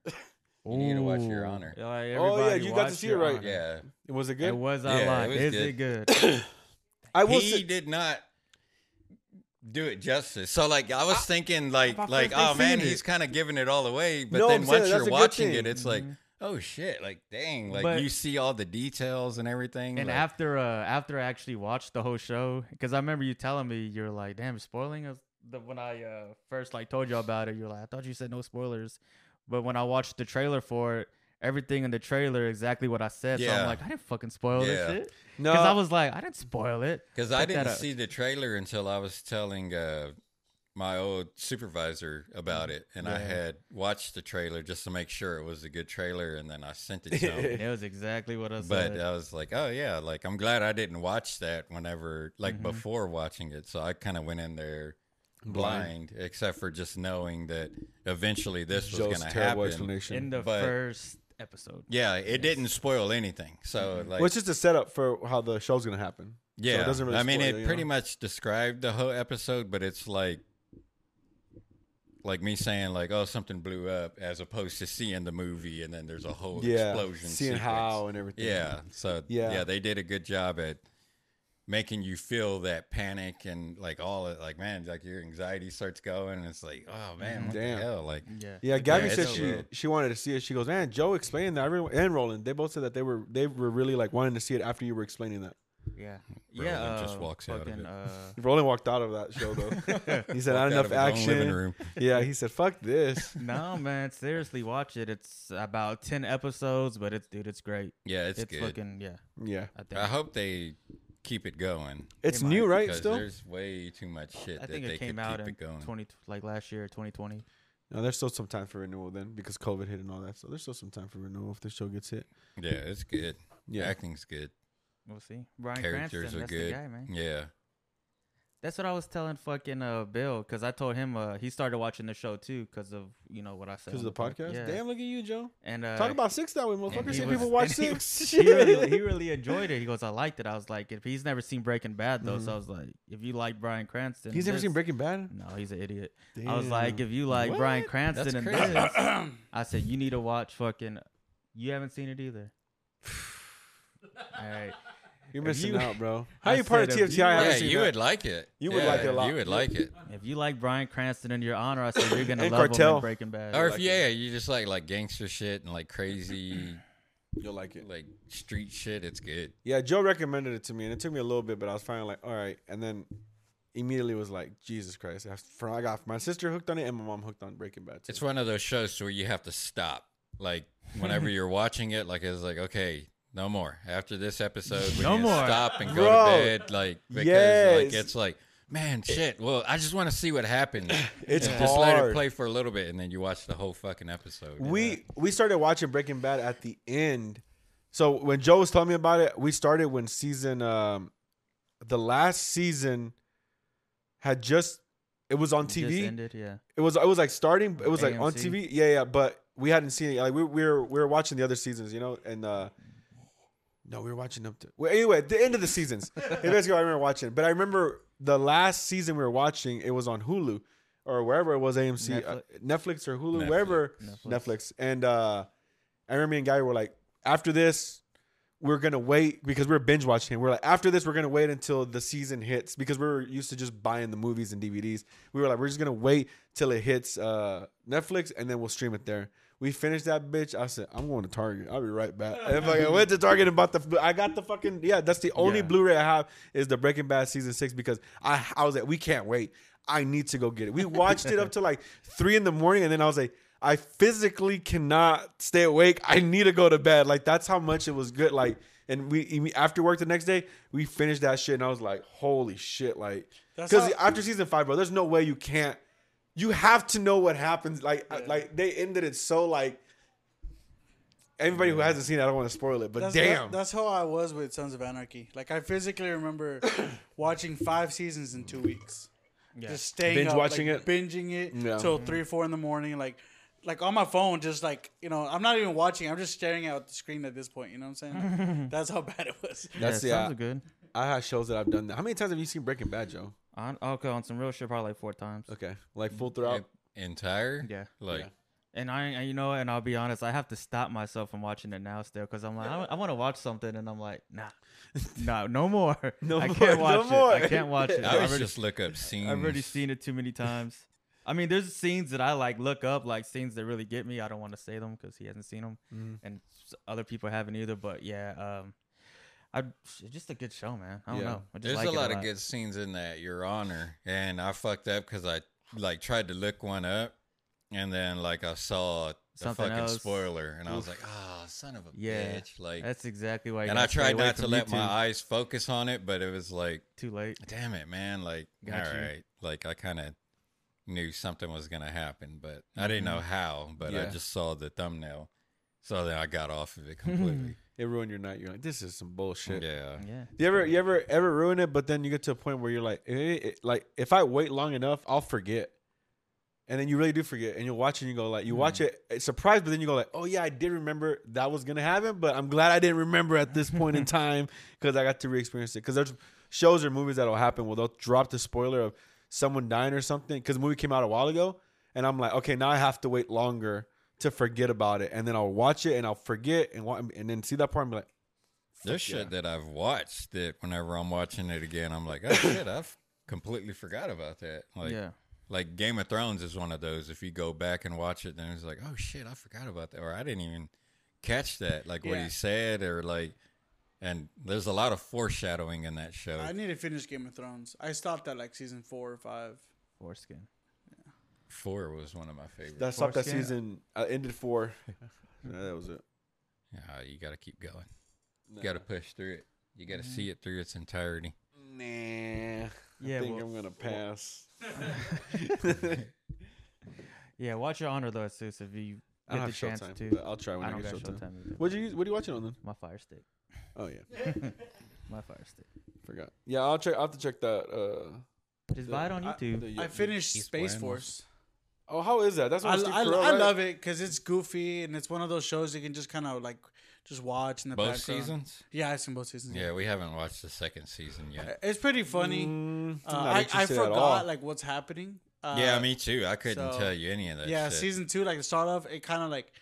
S1: You need to watch Your
S3: Ooh.
S1: Honor.
S3: Yeah, like,
S2: Oh, yeah,
S3: everybody
S2: you got to
S3: watch
S2: see it
S3: Your
S2: right.
S3: Honor.
S1: Yeah,
S2: It was it
S3: It
S2: good?
S3: was
S1: Yeah,
S3: I
S1: it
S3: lied.
S1: was
S3: Is
S1: good.
S3: it good?
S2: I will.
S1: he
S2: say,
S1: did not do it justice. So like I was thinking like
S3: my
S1: like
S3: friends, they
S1: oh man,
S3: seen
S1: he's
S3: it.
S1: kind of giving it all away, but
S2: No,
S1: then
S2: I'm saying
S1: once
S2: that's a
S1: you're
S2: good
S1: watching
S2: thing. Mm-hmm.
S1: it it's like oh shit, like dang, like
S3: But-
S1: you see all the details and everything.
S3: And
S1: like,
S3: after uh after I actually watched the whole show, because I remember you telling me you were like, "Damn, spoiling us." The, when I uh, first like told you about it, you're like, "I thought you said no spoilers," but when I watched the trailer for it, everything in the trailer exactly what I said. So
S1: Yeah.
S3: I'm like, I didn't fucking spoil this
S1: Yeah.
S3: shit.
S2: no,
S3: Because I was like, I didn't spoil it.
S1: Because I
S3: Check that
S1: didn't
S3: out.
S1: see the trailer until I was telling uh, my old supervisor about
S2: Mm.
S1: it, and I
S3: Yeah.
S1: had watched the trailer just to make sure it was a good trailer, and then I sent it to him.
S3: It was exactly what I said.
S1: but I was like, oh yeah, like I'm glad I didn't watch that whenever, like
S2: Mm-hmm.
S1: before watching it. So I kind of went in there blind, except for just knowing that eventually this was
S2: Joe's
S1: going to
S2: terrible
S1: happen.
S2: explanation.
S3: in the
S1: but-
S3: first episode.
S1: Yeah, it didn't spoil anything. So like,
S2: Mm-hmm. well, it's just a setup for how the show's gonna happen. So
S1: yeah,
S2: it doesn't really
S1: I mean,
S2: spoil
S1: it
S2: you
S1: pretty
S2: know?
S1: much described the whole episode, but it's like. Like me saying, like, oh, something blew up, as opposed to seeing the movie and then there's a whole
S2: yeah,
S1: explosion.
S2: seeing
S1: sequence.
S2: how and everything.
S1: Yeah. So
S2: Yeah.
S1: yeah. they did a good job at making you feel that panic and like all it like man, like your anxiety starts going and it's like, oh man, what
S2: Damn.
S1: the hell? Like
S3: Yeah.
S2: Yeah, Gabby
S1: it's
S2: said
S1: so
S2: she
S1: real.
S2: she wanted to see it. She goes, man, Joe explained that. Everyone and Roland, they both said that they were they were really like wanting to see it after you were explaining that.
S3: Yeah.
S1: Roland
S3: yeah.
S1: just
S3: uh,
S1: walks out of
S3: fucking,
S1: it.
S3: uh,
S2: Roland walked out of that show though. he said, not
S1: walked out
S2: enough
S1: of his own living
S2: action.
S1: room.
S2: Yeah, he said, fuck this.
S3: no man, seriously, watch it. It's about ten episodes, but it's dude, it's great.
S1: Yeah, it's,
S3: It's,
S1: good.
S3: fucking yeah.
S2: Yeah,
S3: I think
S1: I hope they keep it going.
S2: It's
S3: Hey,
S2: new,
S3: Mike,
S2: right?
S1: Because
S2: Still,
S1: there's way too much shit
S3: I
S1: that
S3: think
S1: they
S3: it came
S1: could
S3: out
S1: keep
S3: in
S1: it going.
S3: twenty like last year, twenty twenty.
S2: no, there's still some time for renewal then because COVID hit and all that. So there's still some time for renewal if the show gets hit.
S1: Yeah, it's good.
S2: Yeah,
S1: Acting's good.
S3: We'll see. Brian
S1: Characters
S3: Cranston,
S1: are
S3: that's
S1: good.
S3: the guy, man.
S1: Yeah.
S3: That's what I was telling fucking uh, Bill because I told him uh, he started watching the show too because of you know what I said
S2: because of
S3: on
S2: the
S3: pod-
S2: podcast.
S3: Yeah.
S2: Damn, look at you, Joe.
S3: And uh,
S2: Talk about six that way,
S1: and
S2: motherfucker.
S1: he
S2: See
S1: was-
S2: people watch
S3: and he
S2: six.
S3: he really, he really enjoyed it. He goes, I liked it. I was like, if he's never seen Breaking Bad though, so I was like, if you like Brian Cranston,
S2: Mm-hmm. He's never
S3: this-
S2: seen Breaking Bad.
S3: No, he's an idiot. I was like,
S2: Damn.
S3: if you like Brian
S2: What?
S1: That's
S3: Cranston and
S1: crazy.
S3: this, I said you need to watch fucking. You haven't seen it either. All right.
S2: you're
S3: if
S2: missing
S3: you-
S2: out, bro. How
S3: I
S2: you part of
S3: said if
S2: TFT?
S3: you-
S2: I haven't
S1: Yeah,
S2: seen
S1: you
S2: that.
S1: would like it.
S2: You would like it a
S1: Yeah,
S2: lot.
S1: You would like it.
S3: If you like Brian Cranston and Your Honor, I said you're gonna
S2: And
S3: love him
S2: Cartel.
S3: in Breaking Bad.
S1: Or
S2: like
S1: if
S2: it.
S1: yeah, you just like like gangster shit and like crazy
S2: You'll like it.
S1: like street shit. It's good.
S2: Yeah, Joe recommended it to me, and it took me a little bit, but I was finally like, all right. And then immediately was like, Jesus Christ. I, for, I got my sister hooked on it, and my mom hooked on Breaking Bad. Too.
S1: It's one of those shows where you have to stop. Like whenever you're watching it, like it's like okay, no more. After this episode, we
S3: No
S1: need
S3: more.
S1: to stop and go
S2: Bro.
S1: to bed. Like because
S2: Yes.
S1: like it's like man, shit. Well, I just want to see what happened.
S2: It's
S1: And just let
S2: hard.
S1: it play for a little bit, and then you watch the whole fucking episode.
S2: We we started watching Breaking Bad at the end. So when Joe was telling me about it, we started when season um the last season had just it was on
S3: It
S2: TV.
S3: just ended, yeah.
S2: It was it was like starting. It was like on
S3: AMC.
S2: TV. Yeah, yeah. But we hadn't seen it. Like we, we were we were watching the other seasons, you know. And uh no, we were watching up to. Well, anyway, the end of the seasons. Hey, That's what I remember watching. But I remember the last season we were watching. It was on Hulu or wherever it was AMC, Netflix, uh, Netflix or Hulu,
S1: Netflix.
S2: wherever Netflix.
S3: Netflix.
S2: And uh I remember me and Guy were like, after this. We're gonna wait because we we're binge watching. We're like, after this, we're gonna wait until the season hits because we were used to just buying the movies and DVDs. We were like, we're just gonna wait till it hits uh, Netflix and then we'll stream it there. We finished that bitch. I said, I'm going to Target. I'll be right back. And fucking went to Target and bought the. I got the fucking yeah. That's the only
S3: Yeah.
S2: Blu-ray I have is the Breaking Bad season six because I I was like, we can't wait. I need to go get it. We watched it up to like three in the morning, and then I was like, I physically cannot stay awake. I need to go to bed. Like that's how much it was good. Like, and we we- after work the next day, we finished that shit, and I was like, holy shit, like
S5: That's
S2: because
S5: how-
S2: after season five, bro, there's no way you can't. You have to know what happens. Like, I- like they ended it so like. Everybody who hasn't seen it, I don't want to spoil it, but
S5: That's,
S2: damn,
S5: that- that's how I was with Sons of Anarchy. Like I physically remember watching five seasons in two weeks. Just staying
S2: Binge
S5: up,
S2: watching
S5: like,
S2: it?
S5: binging it
S2: Yeah.
S5: till three, four in the morning. Like, like on my phone, just like you know, I'm not even watching. I'm just staring at the screen at this point. You know what I'm saying? Like, that's how bad it was.
S2: That's
S3: yeah,
S2: the- uh,
S3: sounds good.
S2: I have shows that I've done that. How many times have you seen Breaking Bad, Joe?
S3: On, okay, on some real shit, probably like four times.
S2: Okay, like full
S1: Yeah.
S2: throughout.
S1: entire.
S3: Yeah.
S1: Like
S2: Yeah.
S3: And I, and you know, and I'll be honest, I have to stop myself from watching it now still because I'm like, I, want to watch something, and I'm like, nah, nah, no more.
S2: No
S3: I
S2: more,
S3: can't
S2: no
S3: watch it.
S2: more.
S3: I can't watch it.
S1: I
S3: I've
S1: always
S3: already,
S1: just look up scenes.
S3: I've already seen it too many times. I mean, there's scenes that I like look up, like scenes that really get me. I don't want to say them because he hasn't seen them, and s- other people haven't either. But yeah, um, I it's just a good show, man. I don't
S2: Yeah.
S3: know. I just
S1: There's
S3: like
S1: a
S3: it
S1: lot of good scenes in that, Your Honor, and I fucked up because I like tried to look one up, and then like I saw the
S3: Something
S1: fucking
S3: else.
S1: spoiler, and I was like, "Ah, son of a
S3: Yeah.
S1: bitch!" Like,
S3: That's exactly why. you
S1: and
S3: gotta
S1: I
S3: stay
S1: tried
S3: away
S1: not to
S3: from
S1: let my
S3: YouTube.
S1: eyes focus on it, but it was like,
S3: Too late.
S1: "Damn it, man!" Like, all right,
S3: Got you.
S1: like I kind of knew something was gonna happen, but I didn't
S3: Mm-hmm.
S1: know how. But I
S2: Yeah.
S1: just saw the thumbnail, so then I got off of it completely.
S2: It ruined your night. You're like, this is some bullshit.
S1: yeah,
S3: Yeah.
S2: You ever, you ever, ever ruin it, but then you get to a point where you're like, eh, eh, like if I wait long enough, I'll forget, and then you really do forget, and you watch it and you go like, you watch it it's surprised, but then you go like, oh yeah, I did remember that was gonna happen, but I'm glad I didn't remember at this point in time because I got to re-experience it. Because there's shows or movies that'll happen where they'll drop the spoiler of someone dying or something because the movie came out a while ago, and I'm like, okay, now I have to wait longer to forget about it, and then I'll watch it and I'll forget and wa- and then see that part and be like.
S1: There's
S2: Fuck
S1: shit that I've watched that whenever I'm watching it again, I'm like, oh shit, I've completely forgot about that. Like,
S3: yeah.
S1: like Game of Thrones is one of those. If you go back and watch it, then it's like, oh shit, I forgot about that, or I didn't even catch that, like what
S5: Yeah.
S1: he said, or like. And there's a lot of foreshadowing in that show.
S5: I need to finish Game of Thrones. I stopped at like season four or five.
S3: Foreskin.
S1: Four was one of my favorites.
S2: That stopped that
S3: Foreskin.
S2: season. I ended four. Yeah, that was it.
S1: Ah, you got to keep going. You got to push through it. You got to
S5: Mm-hmm.
S1: see it through its entirety.
S2: Nah.
S3: Yeah,
S2: I think
S3: well-
S2: I'm gonna pass.
S3: Yeah, watch your honor though, Seuss, if you get
S2: I don't
S3: the
S2: have
S3: chance
S2: Showtime,
S3: to.
S2: but I'll try when
S3: I
S2: I,
S3: don't
S2: get
S3: got
S2: Showtime.
S3: Showtime. either.
S2: What you use- What are you watching on then?
S3: My Fire Stick.
S2: Oh yeah,
S3: My Fire Stick.
S2: forgot. Yeah, I'll check. I will have to check that. Uh,
S3: Just
S2: the-
S3: buy it on
S2: I-
S3: YouTube.
S2: the-
S5: I finished
S1: East
S5: Space
S1: Buenos.
S5: Force.
S2: Oh, how is that? That's
S5: I,
S2: what
S5: I, I love it because it's goofy and it's one of those shows you can just kind of like just watch in the
S1: Both
S5: background.
S1: seasons?
S5: Yeah, I've seen both seasons.
S1: Yeah, we haven't watched the second season yet.
S5: It's pretty funny.
S1: Mm,
S5: Uh,
S2: Mm, not
S5: I, I
S2: interested at all.
S5: forgot like what's happening. Uh,
S1: yeah, me too. I couldn't
S5: so-
S1: tell you any of that.
S5: yeah,
S1: shit.
S5: season two, like the start off, it kind of like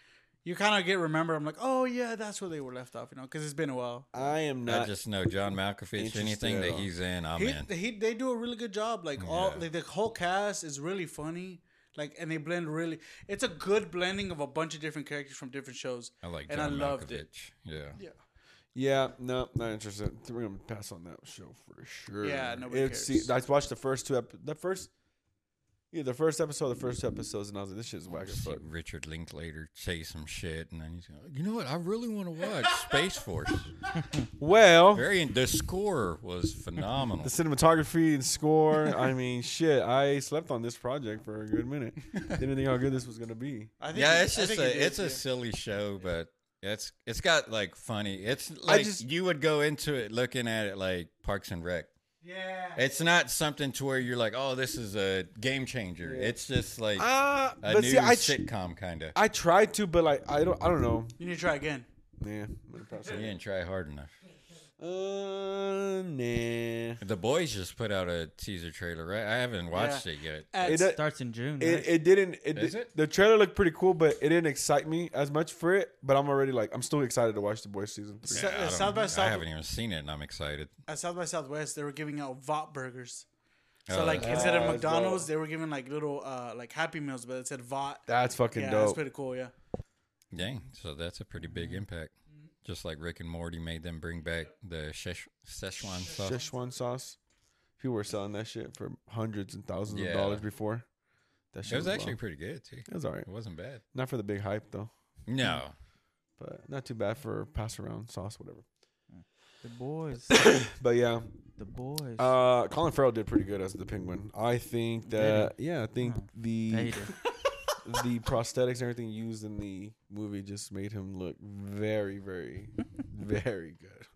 S5: you kind of get remember. I'm like, oh yeah, that's where they were left off, you know, because it's been a while.
S1: Oh,
S2: I am
S1: I
S2: not.
S1: just know John Malkovich.
S2: interested
S1: Anything
S2: at
S1: that
S2: all.
S1: he's in, I'm
S5: He,
S1: in.
S5: he, they do a really good job. Like all,
S1: Yeah.
S5: like the whole cast is really funny. Like, and they blend really. It's a good blending of a bunch of different characters from different shows.
S1: I like John
S5: and I loved
S1: Malkovich.
S5: it.
S1: Yeah.
S5: Yeah,
S2: yeah, no, not interested. We're gonna pass on that show for sure.
S5: Yeah, nobody
S2: it's,
S5: cares.
S2: See, I watched the first two. Ep- the first, yeah, the first episode, the first two episodes, and I was like, this shit is whack as
S1: See
S2: fuck.
S1: Richard Linklater say some shit, and then he's going, you know what? I really want to watch Space Force.
S2: Well,
S1: Very. The score was phenomenal.
S2: the cinematography and score. I mean, shit, I slept on this project for a good minute. Didn't think how good this was gonna be.
S5: I think
S1: yeah,
S5: he-
S1: it's
S5: I
S1: just
S5: think he
S1: a
S5: did,
S1: it's
S5: yeah.
S1: a silly show, but it's it's got like funny. It's like
S2: just-
S1: you would go into it looking at it like Parks and Rec.
S5: yeah.
S1: It's not something to where you're like, oh, this is a game changer. It's just like
S2: Ah,
S1: a
S2: but
S1: new
S2: see, I tr-
S1: sitcom kind of.
S2: I tried to, but like, I don't, I don't know.
S5: You need to try again.
S2: Nah, I'm gonna pass
S1: You
S2: on.
S1: didn't try hard enough.
S2: Uh, nah.
S1: The boys just put out a teaser trailer, right? I haven't watched it yet.
S5: At-
S2: It,
S3: Starts in June.
S2: it,
S3: right?
S2: it didn't it,
S1: Is
S2: di-
S1: it?
S2: the trailer looked pretty cool but it didn't excite me as much for it but i'm already like i'm still excited to watch the boys season three
S5: So-
S1: I don't-
S5: South by
S1: I
S5: South-
S1: haven't even seen it, and I'm excited.
S5: at South by Southwest, they were giving out Vop burgers. So
S1: Oh,
S5: like
S1: that's-
S5: instead of
S2: Ah, that's
S5: McDonald's,
S2: dope.
S5: they were giving like little uh like Happy Meals, but it said Vot.
S2: that's fucking
S5: Yeah, that's
S2: dope
S5: pretty cool. Yeah.
S1: Dang, so that's a pretty
S2: Mm-hmm.
S1: big impact. Just like Rick and Morty made them bring back the Szech- Szechuan sauce.
S2: Szechuan sauce people were selling that shit for hundreds and thousands
S1: Yeah.
S2: of dollars before that shit
S1: It was actually
S2: bomb.
S1: pretty good too.
S2: it was all right
S1: It wasn't bad.
S2: not for the big hype though
S1: No,
S2: but not too bad for pass around sauce whatever
S3: the boys.
S2: but yeah
S3: the boys.
S2: uh colin farrell did pretty good as the penguin i think
S3: he?
S2: that yeah i think
S3: Oh.
S2: the
S3: Hated.
S2: the prosthetics and everything used in the movie just made him look very, very, very good.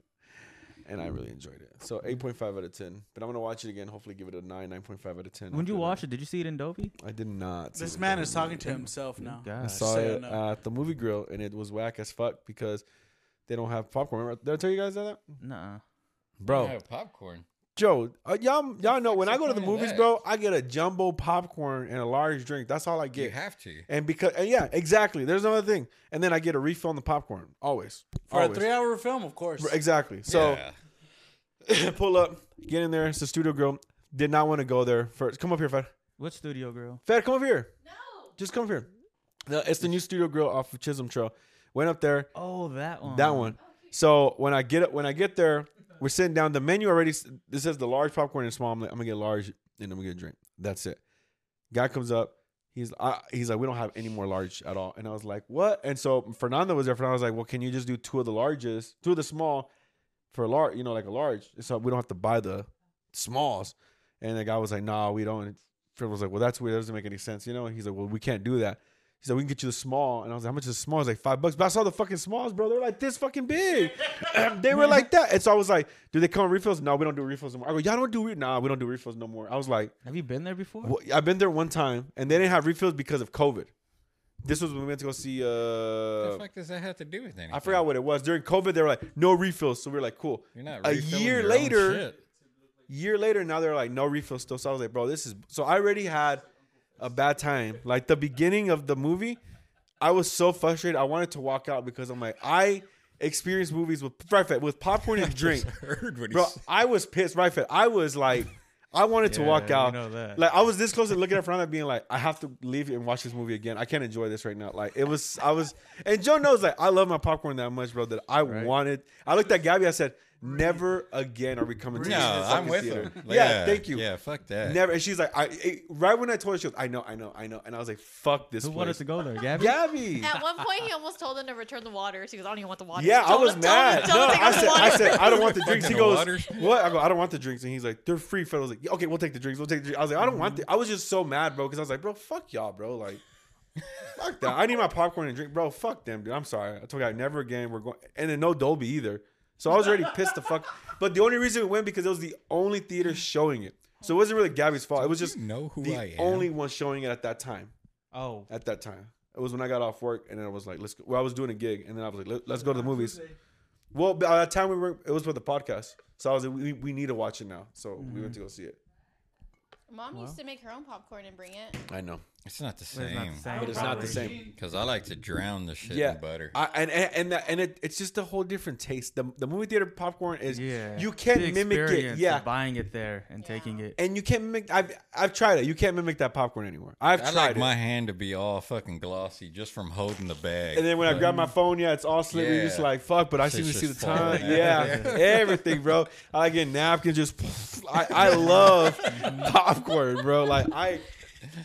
S2: And I really enjoyed it. So 8.5 out of 10. But I'm going to watch it again. Hopefully, give it a 9, 9.5 out of 10.
S3: when
S2: after
S3: you
S2: that.
S3: watch it, did you see it in Dolby?
S2: I did not. see
S5: This
S2: it
S5: man
S2: again.
S5: is talking to himself now.
S2: I
S3: God.
S5: Just
S2: saw
S5: so you
S2: it
S5: know.
S2: at the movie grill and it was whack as fuck because they don't have popcorn. Remember, did I tell you guys that?
S3: Nuh-uh.
S2: Bro,
S1: Yeah, popcorn.
S2: Joe, uh, y'all, y'all know when I go to the
S1: Disappointed
S2: movies,
S1: that.
S2: bro, I get a jumbo popcorn and a large drink. That's all I
S1: You
S2: get.
S1: have to.
S2: And because and yeah, exactly. There's another thing. And then I get a refill on the popcorn. Always.
S5: For
S2: Always.
S5: a three-hour film, of course.
S2: exactly. So uh,
S1: Yeah.
S2: pull up, get in there. It's the studio grill. Did not want to go there first. Come up here, Fed.
S3: What studio girl?
S2: Fed, come up here. No. Just come up here. No, it's the new studio grill off of Chisholm Trail. Went up there.
S3: Oh, that one.
S2: That one. So when I get up, when I get there, we're sitting down. The menu already. s- This says the large popcorn and small. I'm, like, I'm gonna get large and I'm gonna get a drink. That's it. Guy comes up. He's I, he's like, we don't have any more large at all. And I was like, what? And so Fernando was there. Fernando was like, well, can you just do two of the largest, two of the small, for a large? You know, like a large. So we don't have to buy the smalls. And the guy was like, nah, we don't. And Fred was like, well, that's weird. That doesn't make any sense. You know. And he's like, well, we can't do that. He said, we can get you the small. And I was like, how much is the small? He's like, five bucks. But I saw the fucking smalls, bro. They were like this fucking big. they were like that. And so I was like, do they come in refills? No, we don't do refills no more. I go, y'all don't do refills? Nah, we don't do refills no more. I was like,
S3: Have you been there before?
S2: well, I've been there one time and they didn't have refills because of COVID. This was when we went to go see,
S1: What
S2: uh,
S1: the fuck does that have to do with anything?
S2: I forgot what it was. During COVID, they were like, no refills. So we were like, cool.
S1: You're not
S2: a
S1: refilling
S2: year
S1: your own
S2: later-
S1: shit.
S2: year later now they're like no refill still so i was like bro this is so i already had a bad time like the beginning of the movie i was so frustrated i wanted to walk out because i'm like i experienced movies with right Fed, with popcorn and drink
S1: Heard what he
S2: bro
S1: said.
S2: i was pissed right Fed. i was like i wanted to
S3: Yeah,
S2: walk
S3: we
S2: out
S3: know that.
S2: like i was this close to looking at Fernando being like i have to leave and watch this movie again i can't enjoy this right now like it was i was and joe knows like i love my popcorn that much bro that i wanted i looked at gabby i said Never again are we coming to
S1: No,
S2: this
S1: I'm
S2: fucking
S1: with
S2: theater.
S1: her. Like,
S2: yeah, thank you.
S1: Yeah, fuck that.
S2: Never. And she's like, I it, right when I told her, she goes, I know, I know, I know, and I was like, fuck this.
S3: Who
S2: place.
S3: wanted to go there? Gabby?
S2: Gabby.
S4: At one point, he almost told him to return the water. So he goes, I don't even want the water.
S2: Yeah, I
S4: Tell
S2: was
S4: him- tell him-
S2: mad.
S4: tell him
S2: No,
S4: to take
S2: I
S4: out the
S2: said, I
S4: water.
S2: said, I don't want the drinks. He
S1: Fucking
S2: goes,
S1: waters.
S2: what? I go, I don't want the drinks, and he's like, they're free. Fred I was like, yeah, okay, we'll take the drinks. We'll take the drinks. I was like, I don't want. The-. I was just so mad, bro, because I was like, bro, fuck y'all, bro, like. Fuck that. I need my popcorn and drink. Bro, fuck them, dude. I'm sorry. I told you I never again. We're going and then no Dolby either. So I was already pissed the fuck. But the only reason we went because it was the only theater showing it. So it wasn't really Gabby's fault. It was
S1: You
S2: just
S1: know who I
S2: the
S1: am.
S2: only one showing it at that time
S3: Oh,
S2: at that time. It was when I got off work, and then I was like, "Let's." Go. Well, I was doing a gig, and then I was like, Let, "Let's go to the movies." Well, by that time we were, it was for the podcast, so I was like, "We, we need to watch it now," so we
S3: Mm-hmm.
S2: went to go see it.
S4: Mom used to make her own popcorn and bring it.
S2: I know,
S1: It's not the
S3: but it's not
S1: same.
S3: the same.
S2: but it's not the
S3: probably.
S2: same.
S1: Because I like to drown the shit
S2: Yeah,
S1: in butter.
S2: I, and and and, that, and it, it's just a whole different taste. The, the movie theater popcorn is
S3: Yeah.
S2: you can't
S3: The
S2: mimic it.
S3: experience of
S2: Yeah,
S3: Buying it there and
S4: Yeah.
S3: taking it.
S2: and you can't mimic. I've I've tried it. You can't mimic that popcorn anywhere. I've
S1: I
S2: tried
S1: like
S2: it.
S1: my hand to be all fucking glossy just from holding the bag.
S2: And then when I
S1: But-
S2: grab my phone, yeah, it's all slippery. You're just
S1: Yeah.
S2: like, fuck, but I seem to
S1: Shit's
S2: see the
S1: just falling
S2: time.
S1: out.
S2: Yeah,
S1: Yeah.
S2: everything, bro. I like get napkins, just, I, I love popcorn, bro. Like, I,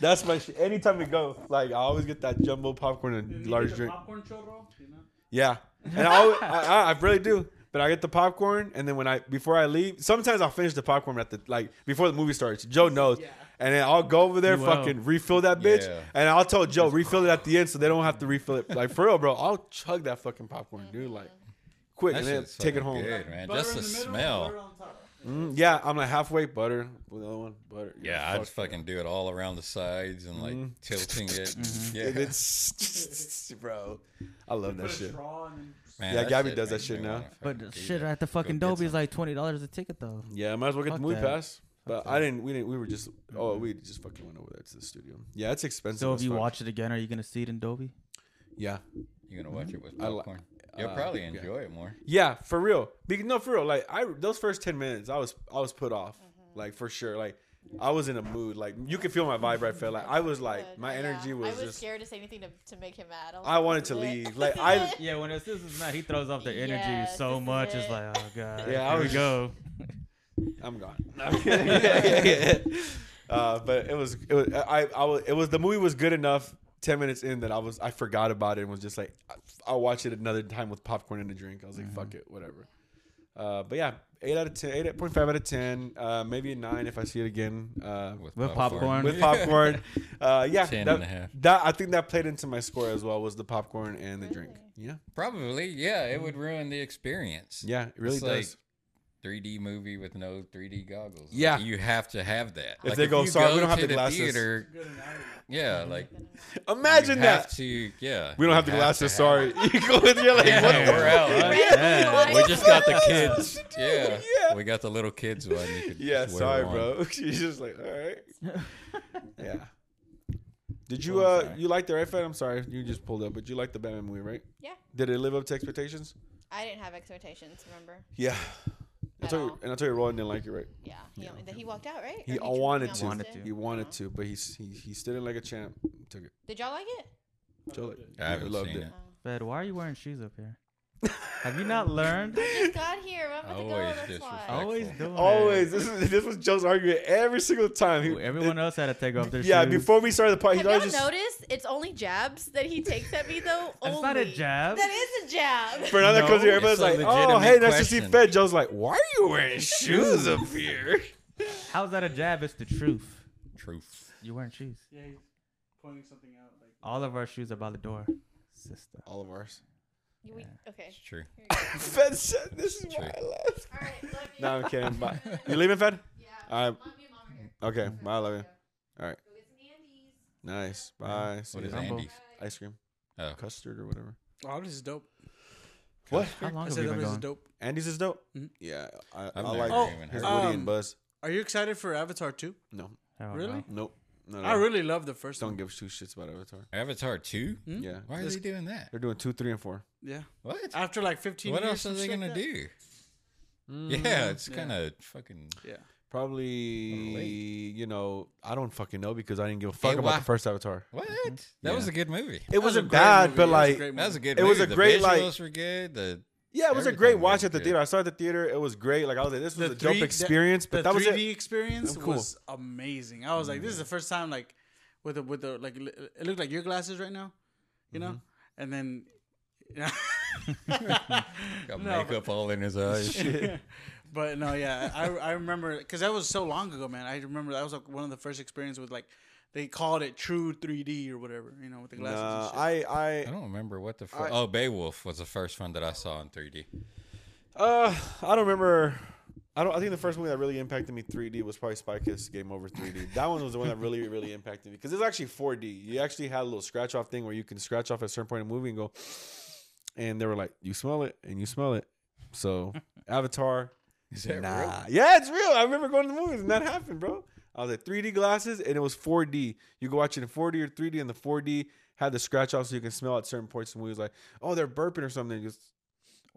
S2: that's my shit. Anytime we go, like, I always get that jumbo popcorn and large drink.
S5: Popcorn churro, you know?
S2: Yeah. And I, always, I, I, I really do. But I get the popcorn, and then when I before I leave, sometimes I'll finish the popcorn at the like before the movie starts. Joe knows, and then I'll go over there,
S3: You will.
S2: fucking refill that bitch,
S1: Yeah.
S2: and I'll tell Joe refill it at the end so they don't have to refill it. Like for real, bro, I'll chug that fucking popcorn, dude. Like quick,
S1: That
S2: and then
S1: shit's
S2: take it
S1: fucking
S2: home.
S1: Good, man.
S5: Butter
S1: Just
S5: in
S1: the,
S5: the middle, butter
S1: smell.
S5: on top.
S2: Mm, yeah, I'm like halfway butter with the other one butter.
S1: Yeah, I
S2: fuck Mm-hmm.
S1: just fucking do it all around the sides and like tilting it. Yeah,
S2: it. It's bro, I love that
S5: Put a
S2: shit.
S5: straw and then
S1: Man,
S2: Yeah,
S1: that
S2: Gabby
S1: shit
S2: does that
S1: makes
S2: shit
S1: me
S2: now.
S1: wanna fucking
S3: But the
S1: do
S3: shit
S1: that.
S3: at the fucking
S1: Go get
S3: Dolby is
S1: some.
S3: like twenty dollars a ticket though.
S2: Yeah, might as well get
S3: Fuck
S2: the movie
S3: that.
S2: pass. But
S3: Fuck
S2: I
S3: that. Mm-hmm.
S2: didn't. We didn't. We were just. Oh, we just fucking went over there to the studio. Yeah, it's expensive.
S3: So
S2: as
S3: if you
S2: fuck.
S3: watch it again, are you gonna see it in Dolby?
S2: Yeah,
S1: You gonna watch it with
S2: I li-
S1: popcorn? You'll
S2: uh,
S1: probably
S2: yeah.
S1: enjoy it more.
S2: yeah, for real. Because no, for real. Like I, those first ten minutes, I was, I was put off.
S4: Mm-hmm.
S2: Like for sure. Like I was in a mood. Like you could feel my vibe right felt. Like I was like,
S4: Good.
S2: my
S4: Yeah.
S2: energy was,
S4: I was
S2: just.
S4: scared to say anything to, to make him mad. was
S2: I
S4: like,
S2: wanted
S4: "This
S2: to
S4: is it.
S2: leave. Like,
S4: This
S2: I-
S4: is it."
S3: Yeah, when his sister's mad, he throws off the energy
S4: Yes,
S3: so
S4: this is
S3: much. It's
S4: it.
S3: like, oh god.
S2: Yeah, I
S3: here we
S2: was-
S3: go.
S2: I'm gone. uh, but it was, it was, I, I was, it was the movie was good enough. Ten minutes in, that I was, I forgot about it and was just like, I- I'll watch it another time with popcorn and a drink. I was like,
S1: Mm-hmm.
S2: fuck it, whatever. Uh, but yeah, eight out of ten, eight point five out of ten, uh, maybe a nine if I see it again. Uh,
S3: With popcorn.
S2: with popcorn, uh, yeah,
S1: Ten
S2: that,
S1: and a half.
S2: that- I think that played into my score as well was the popcorn and the drink. Yeah,
S1: Probably, yeah. It would ruin the experience.
S2: yeah, it really
S1: it's
S2: does.
S1: like 3D movie with no 3D goggles. Like,
S2: Yeah.
S1: you have to have that.
S2: If they go, "Sorry, we don't have
S1: to
S2: the glasses."
S1: Theater, yeah, like
S2: Imagine
S1: you
S2: that.
S1: Have to, yeah,
S2: we don't
S1: you
S2: have the
S1: to
S2: glasses.
S1: have
S2: Sorry,
S1: it.
S2: you go in there like,
S1: Yeah,
S2: what?
S1: we're out.
S3: Fuck
S1: Like,
S4: Right?
S3: that.
S4: Why?
S1: we just got the kids. Yeah.
S2: Yeah.
S1: we got the little kids one. You could
S2: Yeah,
S1: just wear
S2: sorry,
S1: one.
S2: bro. She's just like, all right. yeah. Did you uh you like the right Fed? I'm sorry, you just pulled up, but you liked the Batman movie, right?
S4: Yeah.
S2: Did it live up to expectations?
S4: I didn't have expectations, remember?
S2: Yeah. I
S4: At
S2: told you,
S4: all.
S2: and I told you, Roland didn't like it, right?
S4: Yeah. He, only- He walked out, right? Or
S2: He,
S4: tr-
S2: all wanted, to.
S4: almost
S3: Wanted
S4: did?
S2: He wanted to, but he s- he he stood in like a champ. Took it.
S4: Did y'all like it? Oh.
S2: Joe like,
S1: I haven't
S2: loved
S1: seen
S2: it.
S1: it.
S3: Fed, why are you wearing shoes up here? Have you not learned?
S4: Just got here. I'm about to go.
S1: Always
S4: That's
S1: disrespect.
S4: why.
S3: Always
S1: Respectful.
S3: doing it.
S2: Always, this is this was Joe's argument every single time. He,
S3: Everyone
S2: it-
S3: else had to take off their
S2: yeah,
S3: shoes.
S2: before we started the podcast,
S4: Have
S2: he's
S4: y'all
S2: always just
S4: noticed? It's only jabs that he takes at me, though.
S3: It's not a
S4: only.
S3: jab.
S4: That is a jab.
S2: Fernando
S3: No,
S2: comes here,
S1: it's
S2: everybody's
S1: a
S2: like, "Oh,
S1: legitimate
S2: hey, nice to see
S1: question.
S2: Fed." Joe's like, "Why are you wearing shoes up here?"
S3: How's that a jab? It's the truth.
S1: Truth.
S3: You're wearing shoes.
S5: yeah, he's pointing something out. Like
S3: All of our shoes are by the door, sister.
S2: All of ours.
S4: You- we- okay.
S1: It's true.
S2: Fed said, "This is why I left."
S4: All right. Love you.
S2: No, I'm kidding. Bye. You leaving, Fed?
S4: Yeah.
S2: All right.
S4: Mom, me and mom are here.
S2: Okay. Bye. I love you. All right.
S4: Go get some Andes.
S2: Nice. Bye. See
S1: What
S2: you.
S1: is
S3: Rumble.
S1: Andy's?
S2: Ice cream,
S1: Oh,
S2: custard, or whatever.
S5: oh, this is dope.
S2: What?
S3: How long
S5: I
S3: have
S5: said
S3: we
S5: that
S3: been
S5: this is
S3: going?
S5: dope.
S2: Andy's is dope.
S5: Mhm.
S2: Yeah, I, I
S1: I've
S2: like
S1: never
S5: it.
S1: even
S2: his
S1: heard.
S2: Woody
S1: of it.
S2: and
S5: Um,
S2: Buzz.
S5: Are you excited for Avatar 2?
S2: No,
S3: I don't
S5: Really?
S3: know.
S2: nope. No, no.
S5: I really love the first
S2: Oh, don't
S5: one.
S2: give two shits about Avatar.
S1: Avatar two.
S5: Hmm?
S2: Yeah,
S1: Why are
S5: This-
S1: they doing that?
S2: they're doing two, three, and four.
S5: Yeah.
S1: What?
S5: After like 15
S1: What
S5: years.
S1: else are
S5: some
S1: they
S5: shit like
S1: gonna
S5: that.
S1: do?
S2: Mm-hmm.
S1: Yeah, it's
S5: yeah.
S1: kind of fucking.
S5: Yeah.
S2: Hmm. Probably,
S1: Late.
S2: you know, I don't fucking know because I didn't give a fuck
S1: Hey,
S2: about
S1: why-
S2: the first Avatar.
S1: What? That was
S2: Mm-hmm. Yeah.
S1: a good movie.
S2: It
S5: That was a
S2: wasn't
S5: great
S2: bad,
S5: movie.
S2: but
S5: It was a
S2: like,
S5: great
S1: That was a
S5: movie.
S1: good.
S2: It was
S1: movie.
S2: a great,
S1: the
S2: like-
S1: visuals were good. The
S2: Yeah, it was a
S1: Everything
S2: great
S1: was
S2: watch at the
S1: good.
S2: theater. I saw it at the theater. It was great. Like I was like, this was a dope
S5: three-
S2: experience.
S5: the
S2: but that was
S5: 3D
S2: it.
S5: experience
S2: Oh, cool. Mm-hmm.
S5: was amazing. I was like, this is the first time like with the with the like li- it looked like your glasses right now, you know,
S2: Mm-hmm.
S5: and then.
S1: Got
S5: No,
S1: makeup all in his eyes.
S5: But no, yeah, I, I remember because that was so long ago, man. I remember that was like one of the first experiences with like they called it true 3D or whatever, you know, with the glasses. and
S2: Nah,
S5: shit.
S2: I
S1: I don't remember what the fir-
S2: I-
S1: oh Beowulf was the first one that I saw in 3D.
S2: I uh I don't remember. I don't. I think the first movie that really impacted me 3D was probably Spy Kids Game Over 3D. That one was the one that really really impacted me because it's actually 4D. You actually had a little scratch off thing where you can scratch off at a certain point in the movie and go, and they were like, you smell it and you smell it. So Avatar
S1: Is that
S2: Nah.
S1: real?
S2: Yeah, it's real. I remember going to the movies and that happened, bro. I was at 3D glasses and it was 4D. You go watch it in 4D or 3D, and the 4D had the scratch off so you can smell at certain points in the movies, like, oh, they're burping or something. Just,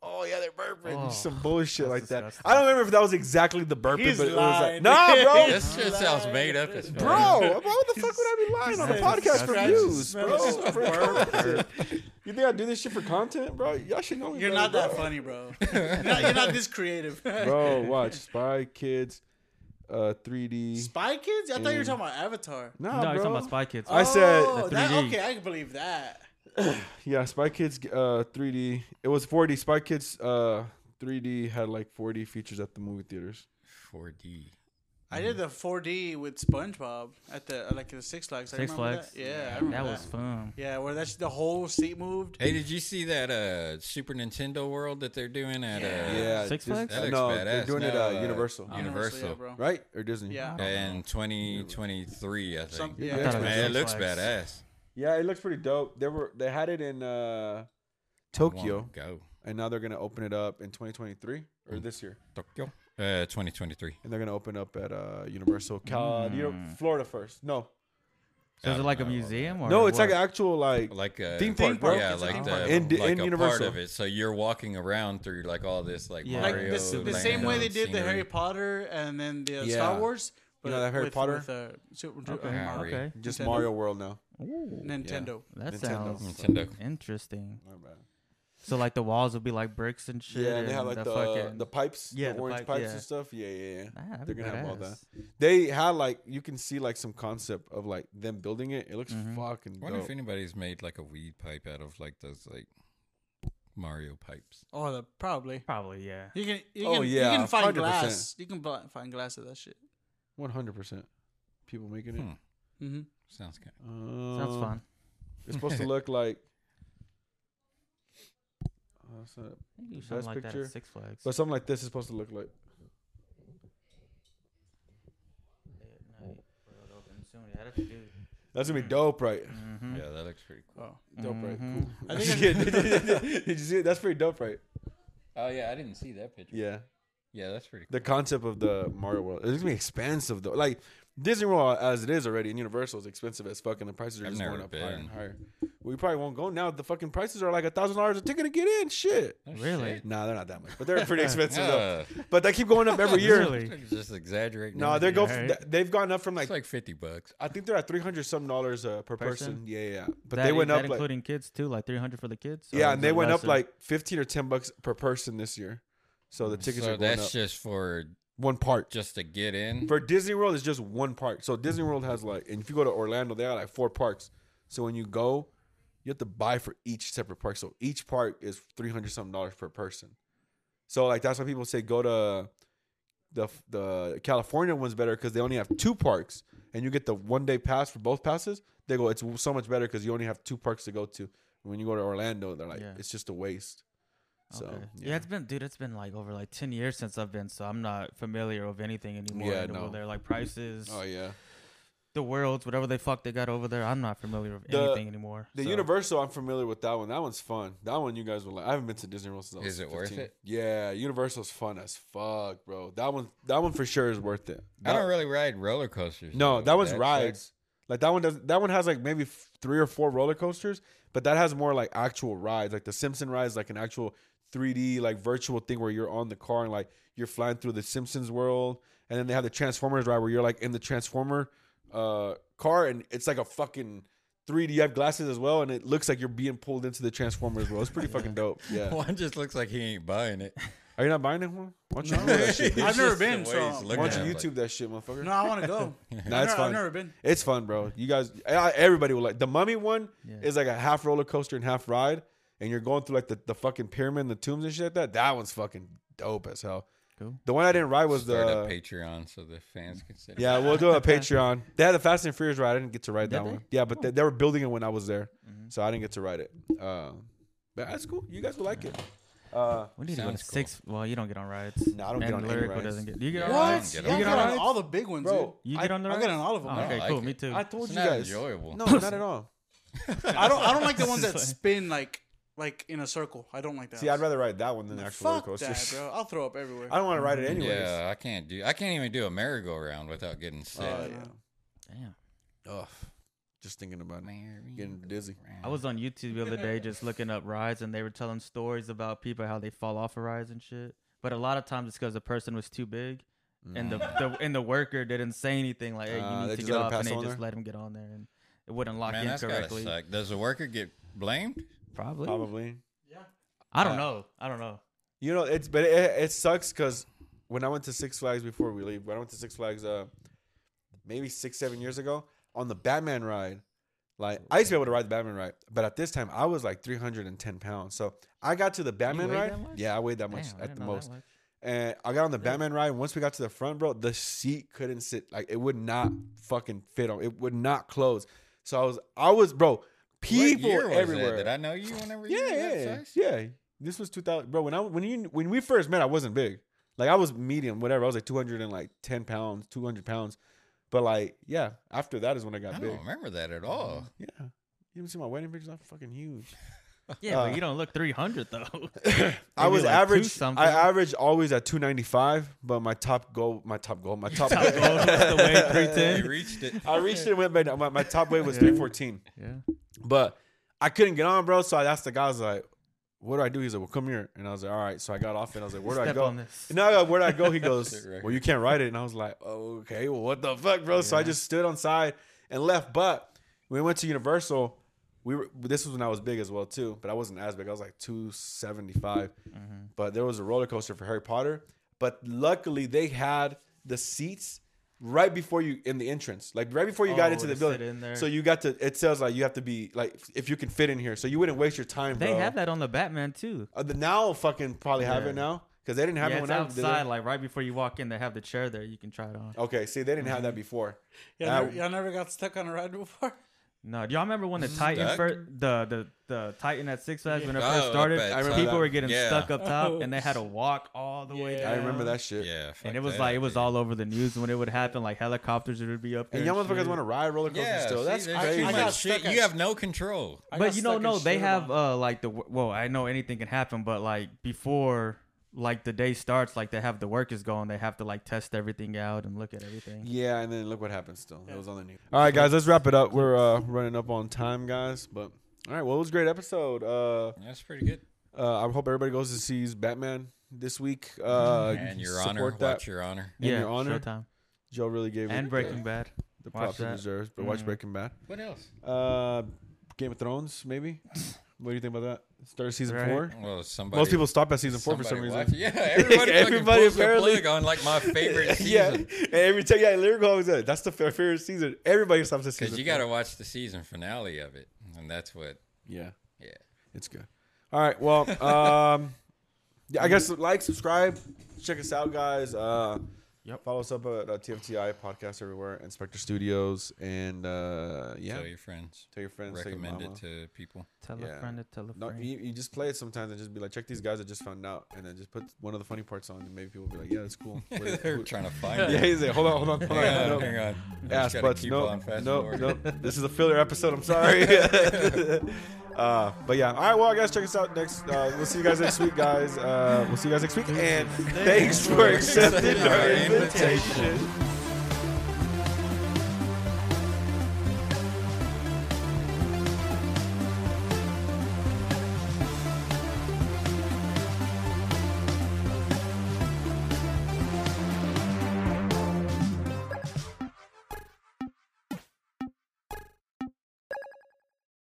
S2: oh, yeah, they're burping.
S3: Oh,
S2: Just some bullshit
S3: that's
S2: like that.
S3: disgusting.
S2: I don't remember if that was exactly the burping,
S5: He's
S2: but it
S5: lying.
S2: was like, nah, bro.
S1: This shit sounds made up as
S2: Bro, bro, what the fuck would I be lying on a
S3: he's-
S2: podcast for
S3: that's
S2: views,
S5: disgusting.
S2: bro?
S5: Smells
S2: For content. You think I do this shit for content, bro? Y'all should know me.
S5: You're
S2: better,
S5: not that
S2: bro.
S5: funny, bro. you're, not, you're not this creative.
S2: Bro, watch Spy Kids, uh, 3D.
S5: Spy Kids? I thought you were talking about Avatar.
S2: Nah,
S3: No,
S2: bro.
S3: you're talking about Spy Kids.
S2: Mm. I said-
S5: Oh, that,
S3: 3D.
S5: okay, I can believe that.
S2: Yeah, Spy Kids uh 3D. It was 4D. Spy Kids uh 3D had like 4D features at the movie theaters.
S1: 4D.
S5: I
S2: Mm.
S5: did the 4D with SpongeBob at the uh, like the Six Flags. I
S3: Six
S5: remember
S3: Flags.
S5: That. Yeah, I
S3: that
S5: remember that.
S3: was fun.
S5: Yeah, where that's the whole seat moved.
S1: Hey, did you see that uh, Super Nintendo World that they're doing at? Uh,
S2: Yeah,
S3: Six
S2: Dis-
S3: Flags?
S1: That looks
S2: no,
S1: badass.
S2: they're doing it
S1: No,
S2: uh, Universal,
S1: Uni- Universal.
S5: yeah, bro.
S2: right? Or Disney?
S5: Yeah.
S1: in 2023, I
S5: Some-
S1: think.
S5: yeah.
S3: I thought it was
S1: Man, it
S3: Six
S1: looks
S3: Flags.
S1: badass.
S2: yeah. It looks pretty dope. They were they had it in uh
S1: Wanna
S2: Tokyo,
S1: Go.
S2: and now they're gonna open it up in 2023 or this year,
S1: Tokyo. Uh, 2023.
S2: and they're gonna open up at uh Universal, Cal- Uni- Florida first. No,
S3: So
S1: I
S3: is it
S1: don't
S3: like a
S1: know.
S3: museum or
S2: no, it's
S3: what?
S2: like an actual like
S1: Like a
S2: Theme park, bro.
S1: Yeah,
S5: It's a
S1: like
S5: theme
S1: the
S5: park.
S2: In-
S1: in, like a
S2: in
S1: part
S2: Universal.
S1: of it. So you're walking around through like all this like
S3: Yeah.
S5: like
S1: Mario.
S5: this, the
S1: land,
S5: same way they did the
S1: scenery.
S5: Harry Potter and then the uh,
S2: Yeah.
S5: Star Wars.
S2: You know that Harry
S5: with,
S2: Potter?
S5: With, uh, Super, uh,
S3: okay,
S1: Yeah,
S5: Mario-
S1: Mario.
S3: okay.
S2: just
S5: Nintendo.
S2: Mario World now.
S3: Ooh,
S5: Nintendo.
S3: that
S2: Nintendo.
S3: sounds
S1: Nintendo.
S3: interesting. So like the walls would be like bricks and shit.
S2: Yeah, and they have
S3: and
S2: like the
S3: fucking,
S2: the pipes,
S3: Yeah,
S2: the
S3: the
S2: orange
S3: pipe-
S2: pipes
S3: yeah.
S2: and stuff. Yeah, yeah, yeah.
S3: Nah, that'd
S2: They're
S3: be
S2: gonna have all that.
S3: badass.
S2: They had like you can see like some concept of like them building it. It looks
S3: Mm-hmm.
S2: fucking
S1: I wonder
S2: dope.
S1: if anybody's made like a weed pipe out of like those like Mario pipes.
S5: Oh, the, probably.
S3: Probably yeah.
S5: You can, you
S2: Oh,
S5: can,
S2: yeah,
S5: you can find
S2: 100%.
S5: glass. You can bu- find glass of that shit.
S2: One hundred percent. People making it.
S1: Hmm.
S5: Mm-hmm.
S1: Sounds kind
S3: Sounds
S2: Um,
S3: fun.
S2: It's supposed to look like. Uh, it's not-
S3: I think you
S2: best
S3: something like that
S2: picture.
S3: at Six Flags.
S2: but something like this is supposed to look like. That's gonna
S1: Hmm.
S2: be dope, right?
S3: Mm-hmm.
S1: of. Yeah, that looks pretty cool.
S5: Oh.
S2: Dope, right?
S3: Mhm.
S2: Cool. Did you see it? That's pretty dope, right?
S1: Oh yeah, I didn't see that picture.
S2: Yeah.
S1: Yeah, that's pretty cool.
S2: the concept of the Mario World. It's gonna be expensive though. Like Disney World as it is already, and Universal is expensive as fuck, and the prices are
S1: I've
S2: just going
S1: never
S2: up higher and
S1: been.
S2: higher. We probably won't go now. The fucking prices are like a thousand dollars a ticket to get in. Shit.
S1: Oh,
S3: Really?
S1: shit.
S2: Nah, they're not that much, but they're pretty expensive
S1: Yeah.
S2: though. But they keep going up every year.
S3: Really?
S1: Just exaggerating.
S2: No, they go.
S3: Right.
S2: th- They've gone up from like,
S1: It's like fifty bucks.
S2: I think they're at three hundred some dollars uh, per person.
S3: Person?
S2: Yeah, yeah. yeah. But
S3: That
S2: they
S3: in-
S2: went
S3: that
S2: up like
S3: including kids too, like three hundred for the kids. or
S2: yeah,
S3: is
S2: and they
S3: it
S2: went up
S3: lesser?
S2: like fifteen or ten bucks per person this year. So the tickets
S1: Mm, so
S2: are going
S1: that's
S2: up.
S1: just for
S2: One part.
S1: just to get in.
S2: For Disney World, it's just one park. So Disney World has like, and if you go to Orlando, they have like four parks. So when you go, you have to buy for each separate park. So each park is three hundred something dollars per person. So like that's why people say go to the the California one's better because they only have two parks, and you get the one day pass for both passes. They go, it's so much better because you only have two parks to go to. When you go to Orlando, they're like,
S3: Yeah.
S2: it's just a waste. So
S3: Okay. yeah.
S2: yeah.
S3: it's been dude, it's been like over like ten years since I've been, so I'm not familiar with anything anymore.
S2: Yeah,
S3: and
S2: no.
S3: Well, they're like prices,
S2: Oh yeah.
S3: the worlds, whatever they fuck they got over there. I'm not familiar with
S2: The-
S3: anything anymore.
S2: The
S3: so.
S2: Universal, I'm familiar with that one. That one's fun. That one you guys will like. I haven't been to Disney World since I was
S1: Is it worth
S2: 15.
S1: it?
S2: Yeah, Universal's fun as fuck, bro. That one, that one for sure is worth it.
S1: I don't
S2: That-
S1: really ride roller coasters.
S2: no,
S1: though.
S2: that one's
S1: That's, like,
S2: rides. Like that one does. That one has like maybe f- three or four roller coasters, but that has more like actual rides. Like the Simpson ride is like an actual 3D like virtual thing where you're on the car and like you're flying through the Simpsons world, and then they have the Transformers ride where you're like in the Transformer uh, car and it's like a fucking 3D. You have glasses as well, and it looks like you're being pulled into the Transformer as well. It's pretty fucking dope. Yeah.
S1: One just looks like he ain't buying it.
S2: Are you not buying it? Juan? Why don't you,
S5: No.
S2: Google that shit, bitch?
S5: I've never
S1: just the
S5: been,
S1: way
S5: so-
S1: he's
S5: Why
S2: Why
S1: looking
S2: don't
S1: at
S2: you
S1: it,
S2: YouTube
S1: like-
S2: that shit, motherfucker?
S5: No, I want to go.
S2: Nah,
S5: I've
S2: it's
S5: never-
S2: fun.
S5: I've never been.
S2: It's fun, bro. You guys, I, everybody will like the mummy one
S3: Yeah.
S2: is like a half roller coaster and half ride, and you're going through like the, the fucking pyramid and the tombs and shit like that. That one's fucking dope as hell.
S3: Cool.
S2: The one I didn't ride was
S1: Start a
S2: the
S1: Patreon so the fans can sit.
S2: yeah. We'll do a Patreon. They had a Fast and Furious ride. I didn't get to ride
S3: Did
S2: that
S3: they? Oh. Mm-hmm.
S2: one. Yeah, but they, they were building it when I was there, so I didn't get to ride it. Um, but that's cool. You guys will like it. Uh,
S3: We need to go to
S1: Sounds cool.
S3: six. Well, you don't get on rides.
S2: No, I don't
S3: and
S2: get on any
S3: Lyrical
S2: rides.
S3: doesn't get. Do you
S1: Yeah,
S3: get on
S1: I don't
S5: What?
S3: rides?
S1: get
S5: You
S1: on
S5: got
S1: that.
S5: on all the big ones,
S2: bro,
S3: You
S2: I-
S3: get on the
S5: I
S3: rides?
S5: got on all of them.
S3: Oh,
S1: I
S3: okay,
S1: like
S3: cool.
S1: it.
S3: Me too.
S2: I told
S1: It's
S2: you
S1: not
S2: guys.
S1: enjoyable.
S2: No, not at all.
S5: dude. I don't. I don't like the
S3: This
S5: ones
S3: is
S5: that
S3: like-
S5: spin like like in a circle. I don't like that.
S2: See, I'd rather ride that one than the actual roller
S5: Fuck that,
S2: coasters.
S5: bro. I'll throw up everywhere.
S2: I don't want to ride it anyways.
S1: Yeah, I can't do. I can't even do a merry-go-round without getting sick.
S2: Oh,
S5: yeah.
S3: Damn.
S2: Ugh. Just thinking about it. Getting
S1: Merry-go-round.
S2: dizzy.
S3: I was on YouTube the other day just looking up rides, and they were telling stories about people how they fall off of rides and shit. But a lot of times it's because the person was too big, and the, the and the worker didn't say anything like, "Hey, you
S2: Ah, Mm. they
S3: need to
S2: just
S3: get
S2: let 'em
S3: off,"
S2: pass
S3: and they
S2: on
S3: just
S2: there?
S3: let him get on there, and it wouldn't lock
S1: Man,
S3: in
S1: that's
S3: correctly.
S1: gotta suck. Does the worker get blamed?
S3: Probably.
S2: Probably. Uh,
S3: I don't
S1: Yeah.
S3: know. I don't know.
S2: You know, it's but it, it sucks because when I went to Six Flags before we leave, when I went to Six Flags, uh, maybe six seven years ago on the Batman ride, like I used to be able to ride the Batman ride, but at this time I was like three hundred and ten pounds, so I got to the Batman
S3: weighed
S2: ride.
S3: that much?
S2: Yeah, I weighed that
S3: Damn,
S2: much
S3: I
S2: at
S3: didn't
S2: the
S3: know that
S2: most,
S3: much.
S2: and I got on the Batman ride. Once we got to the front, bro, the seat couldn't sit. Like it would not fucking fit on. It would not close. So I was, I was, bro, people
S1: what year was
S2: everywhere.
S1: That? Did I know you whenever you were
S2: Yeah,
S1: that
S2: yeah,
S1: size?
S2: yeah. This was 2000, bro. When I when you when we first met, I wasn't big. Like I was medium, whatever. I was like 200 and like 10 pounds, 200 pounds. But like, yeah. After that is when I
S1: I
S2: got
S1: don't
S2: big.
S1: remember that at all.
S2: Yeah. You haven't seen my wedding pictures? I'm fucking huge.
S3: Yeah,
S2: Uh,
S3: but you don't look 300 though.
S2: I was
S3: like two
S2: average.
S3: something.
S2: I averaged always at 295, but my top goal, my top goal, my top.
S3: Top goal was the weight, 310.
S1: You reached it.
S2: I reached it. and Went back. down. My, my top weight was 314.
S3: yeah.
S2: But I couldn't get on, bro. So I asked the guy, I was like, what do I do? He's like, well, come here. And I was like, all right. So I got off and I was like, where do I
S3: Step
S2: go?
S3: on
S2: And
S3: this.
S2: now I go, where do I go? He goes,
S1: Sit right
S2: well, you can't ride it. And I was like, okay, well, what the fuck, bro? So I just stood on side and left. But when we went to Universal, we were, this was when I was big as well, too. But I wasn't as big. I was like 275.
S3: Mm-hmm.
S2: But there was a roller coaster for Harry Potter. But luckily, they had the seats right before you in the entrance, like right before you got
S3: Oh,
S2: into the
S3: to sit
S2: building.
S3: in there.
S2: So you got to. It says like you have to be like if you can fit in here, so you wouldn't waste your time.
S3: They
S2: bro.
S3: have that on the Batman too.
S2: Uh, the now fucking probably have
S3: Yeah.
S2: it now because they didn't have
S3: yeah,
S2: it
S3: it's
S2: when I did it.
S3: outside. Like right before you walk in, they have the chair there. You can try it on.
S2: Okay, see, they didn't have
S1: Mm-hmm.
S2: that before.
S5: Y'all,
S2: That-
S5: never, y'all never got stuck on a ride before.
S3: No, do y'all remember when the Titan
S1: Stuck?
S3: fir- the the the Titan at Six Flags when it
S1: Yeah.
S3: first
S1: Oh,
S3: started?
S1: up at
S2: I remember
S3: people
S2: that.
S3: were getting
S1: Yeah.
S3: stuck up top,
S5: Oh,
S3: and they had to walk all the way.
S5: yeah.
S3: Down.
S2: I remember that shit.
S1: Yeah, fuck
S3: And it was
S1: that,
S3: like it was
S1: dude.
S3: all over the news when it would happen. Like helicopters would be up there.
S2: And y'all
S3: and
S2: motherfuckers
S3: shit.
S2: want to ride roller coasters
S1: Yeah,
S2: still?
S1: see,
S2: That's
S1: there's
S2: crazy.
S1: too
S5: I
S1: much
S5: got
S1: shit.
S5: stuck at-
S1: You have no control.
S5: I
S3: but
S5: got
S3: you don't
S5: stuck in
S3: know they have
S5: Suriname.
S3: uh like the well i know anything can happen but like before like the day starts like they have the workers going they have to like test everything out and look at everything
S2: Yeah, and then look what happened. Still, it was on the news. All right, guys, let's wrap it up. We're uh, running up on time, guys. But all right, well, it was a great episode. Uh,
S1: That's pretty good.
S2: uh, I hope everybody goes to see Batman this week. Uh,
S1: And Your
S2: support
S1: Honor,
S2: that.
S1: watch Your Honor.
S2: In
S3: yeah
S2: your honor.
S3: Showtime.
S2: Joe really gave it
S3: and
S2: the-
S3: breaking bad
S2: the
S3: Watch
S2: props it
S3: that.
S2: deserves. But watch
S3: Mhm.
S2: Breaking Bad.
S1: What else?
S2: Uh, Game of Thrones, maybe. what do you think about that? Start of season
S3: Right.
S2: four.
S1: Well, somebody.
S2: Most people stop at season four for some
S1: somebody
S2: reason.
S1: watch- Yeah, everybody,
S2: Everybody
S1: everybody pulls the
S2: apparently-
S1: plug on like my favorite season.
S2: yeah, and every time, yeah, lyrical always said, that's the fa- favorite season. Everybody stops at season.
S1: Because you got to watch the season finale of it, and that's what.
S2: four. yeah,
S1: Yeah.
S2: it's good. All right, well, um, yeah, I guess like, subscribe, check us out, guys. Uh,
S3: Yep.
S2: follow us up at uh, TFTI podcast everywhere, Inspector Studios, and uh, yeah,
S1: Tell your friends.
S2: tell your friends,
S1: Recommend
S2: tell your
S1: it
S2: mama.
S1: to people.
S3: tell
S2: Yeah.
S3: a friend to tell a
S2: No,
S3: friend
S2: you, you just play it sometimes and just be like, check these guys I just found out, and then just put one of the funny parts on, and maybe people will be like, yeah, that's cool. What is-
S1: They're
S2: who-
S1: trying to find
S2: yeah,
S1: it.
S2: he's like, hold on, hold on, hold on,
S1: Hang on,
S2: hold on.
S1: hang on. I just
S2: ass
S1: gotta
S2: butts.
S1: keep
S2: Nope,
S1: on fast
S2: nope,
S1: forwarding.
S2: nope. This is a filler episode. I'm sorry. uh, but yeah. All right. Well, guys, check us out next. Uh, we'll see you guys next week, guys. Uh, we'll see you guys next week. And thanks for accepting our invitation.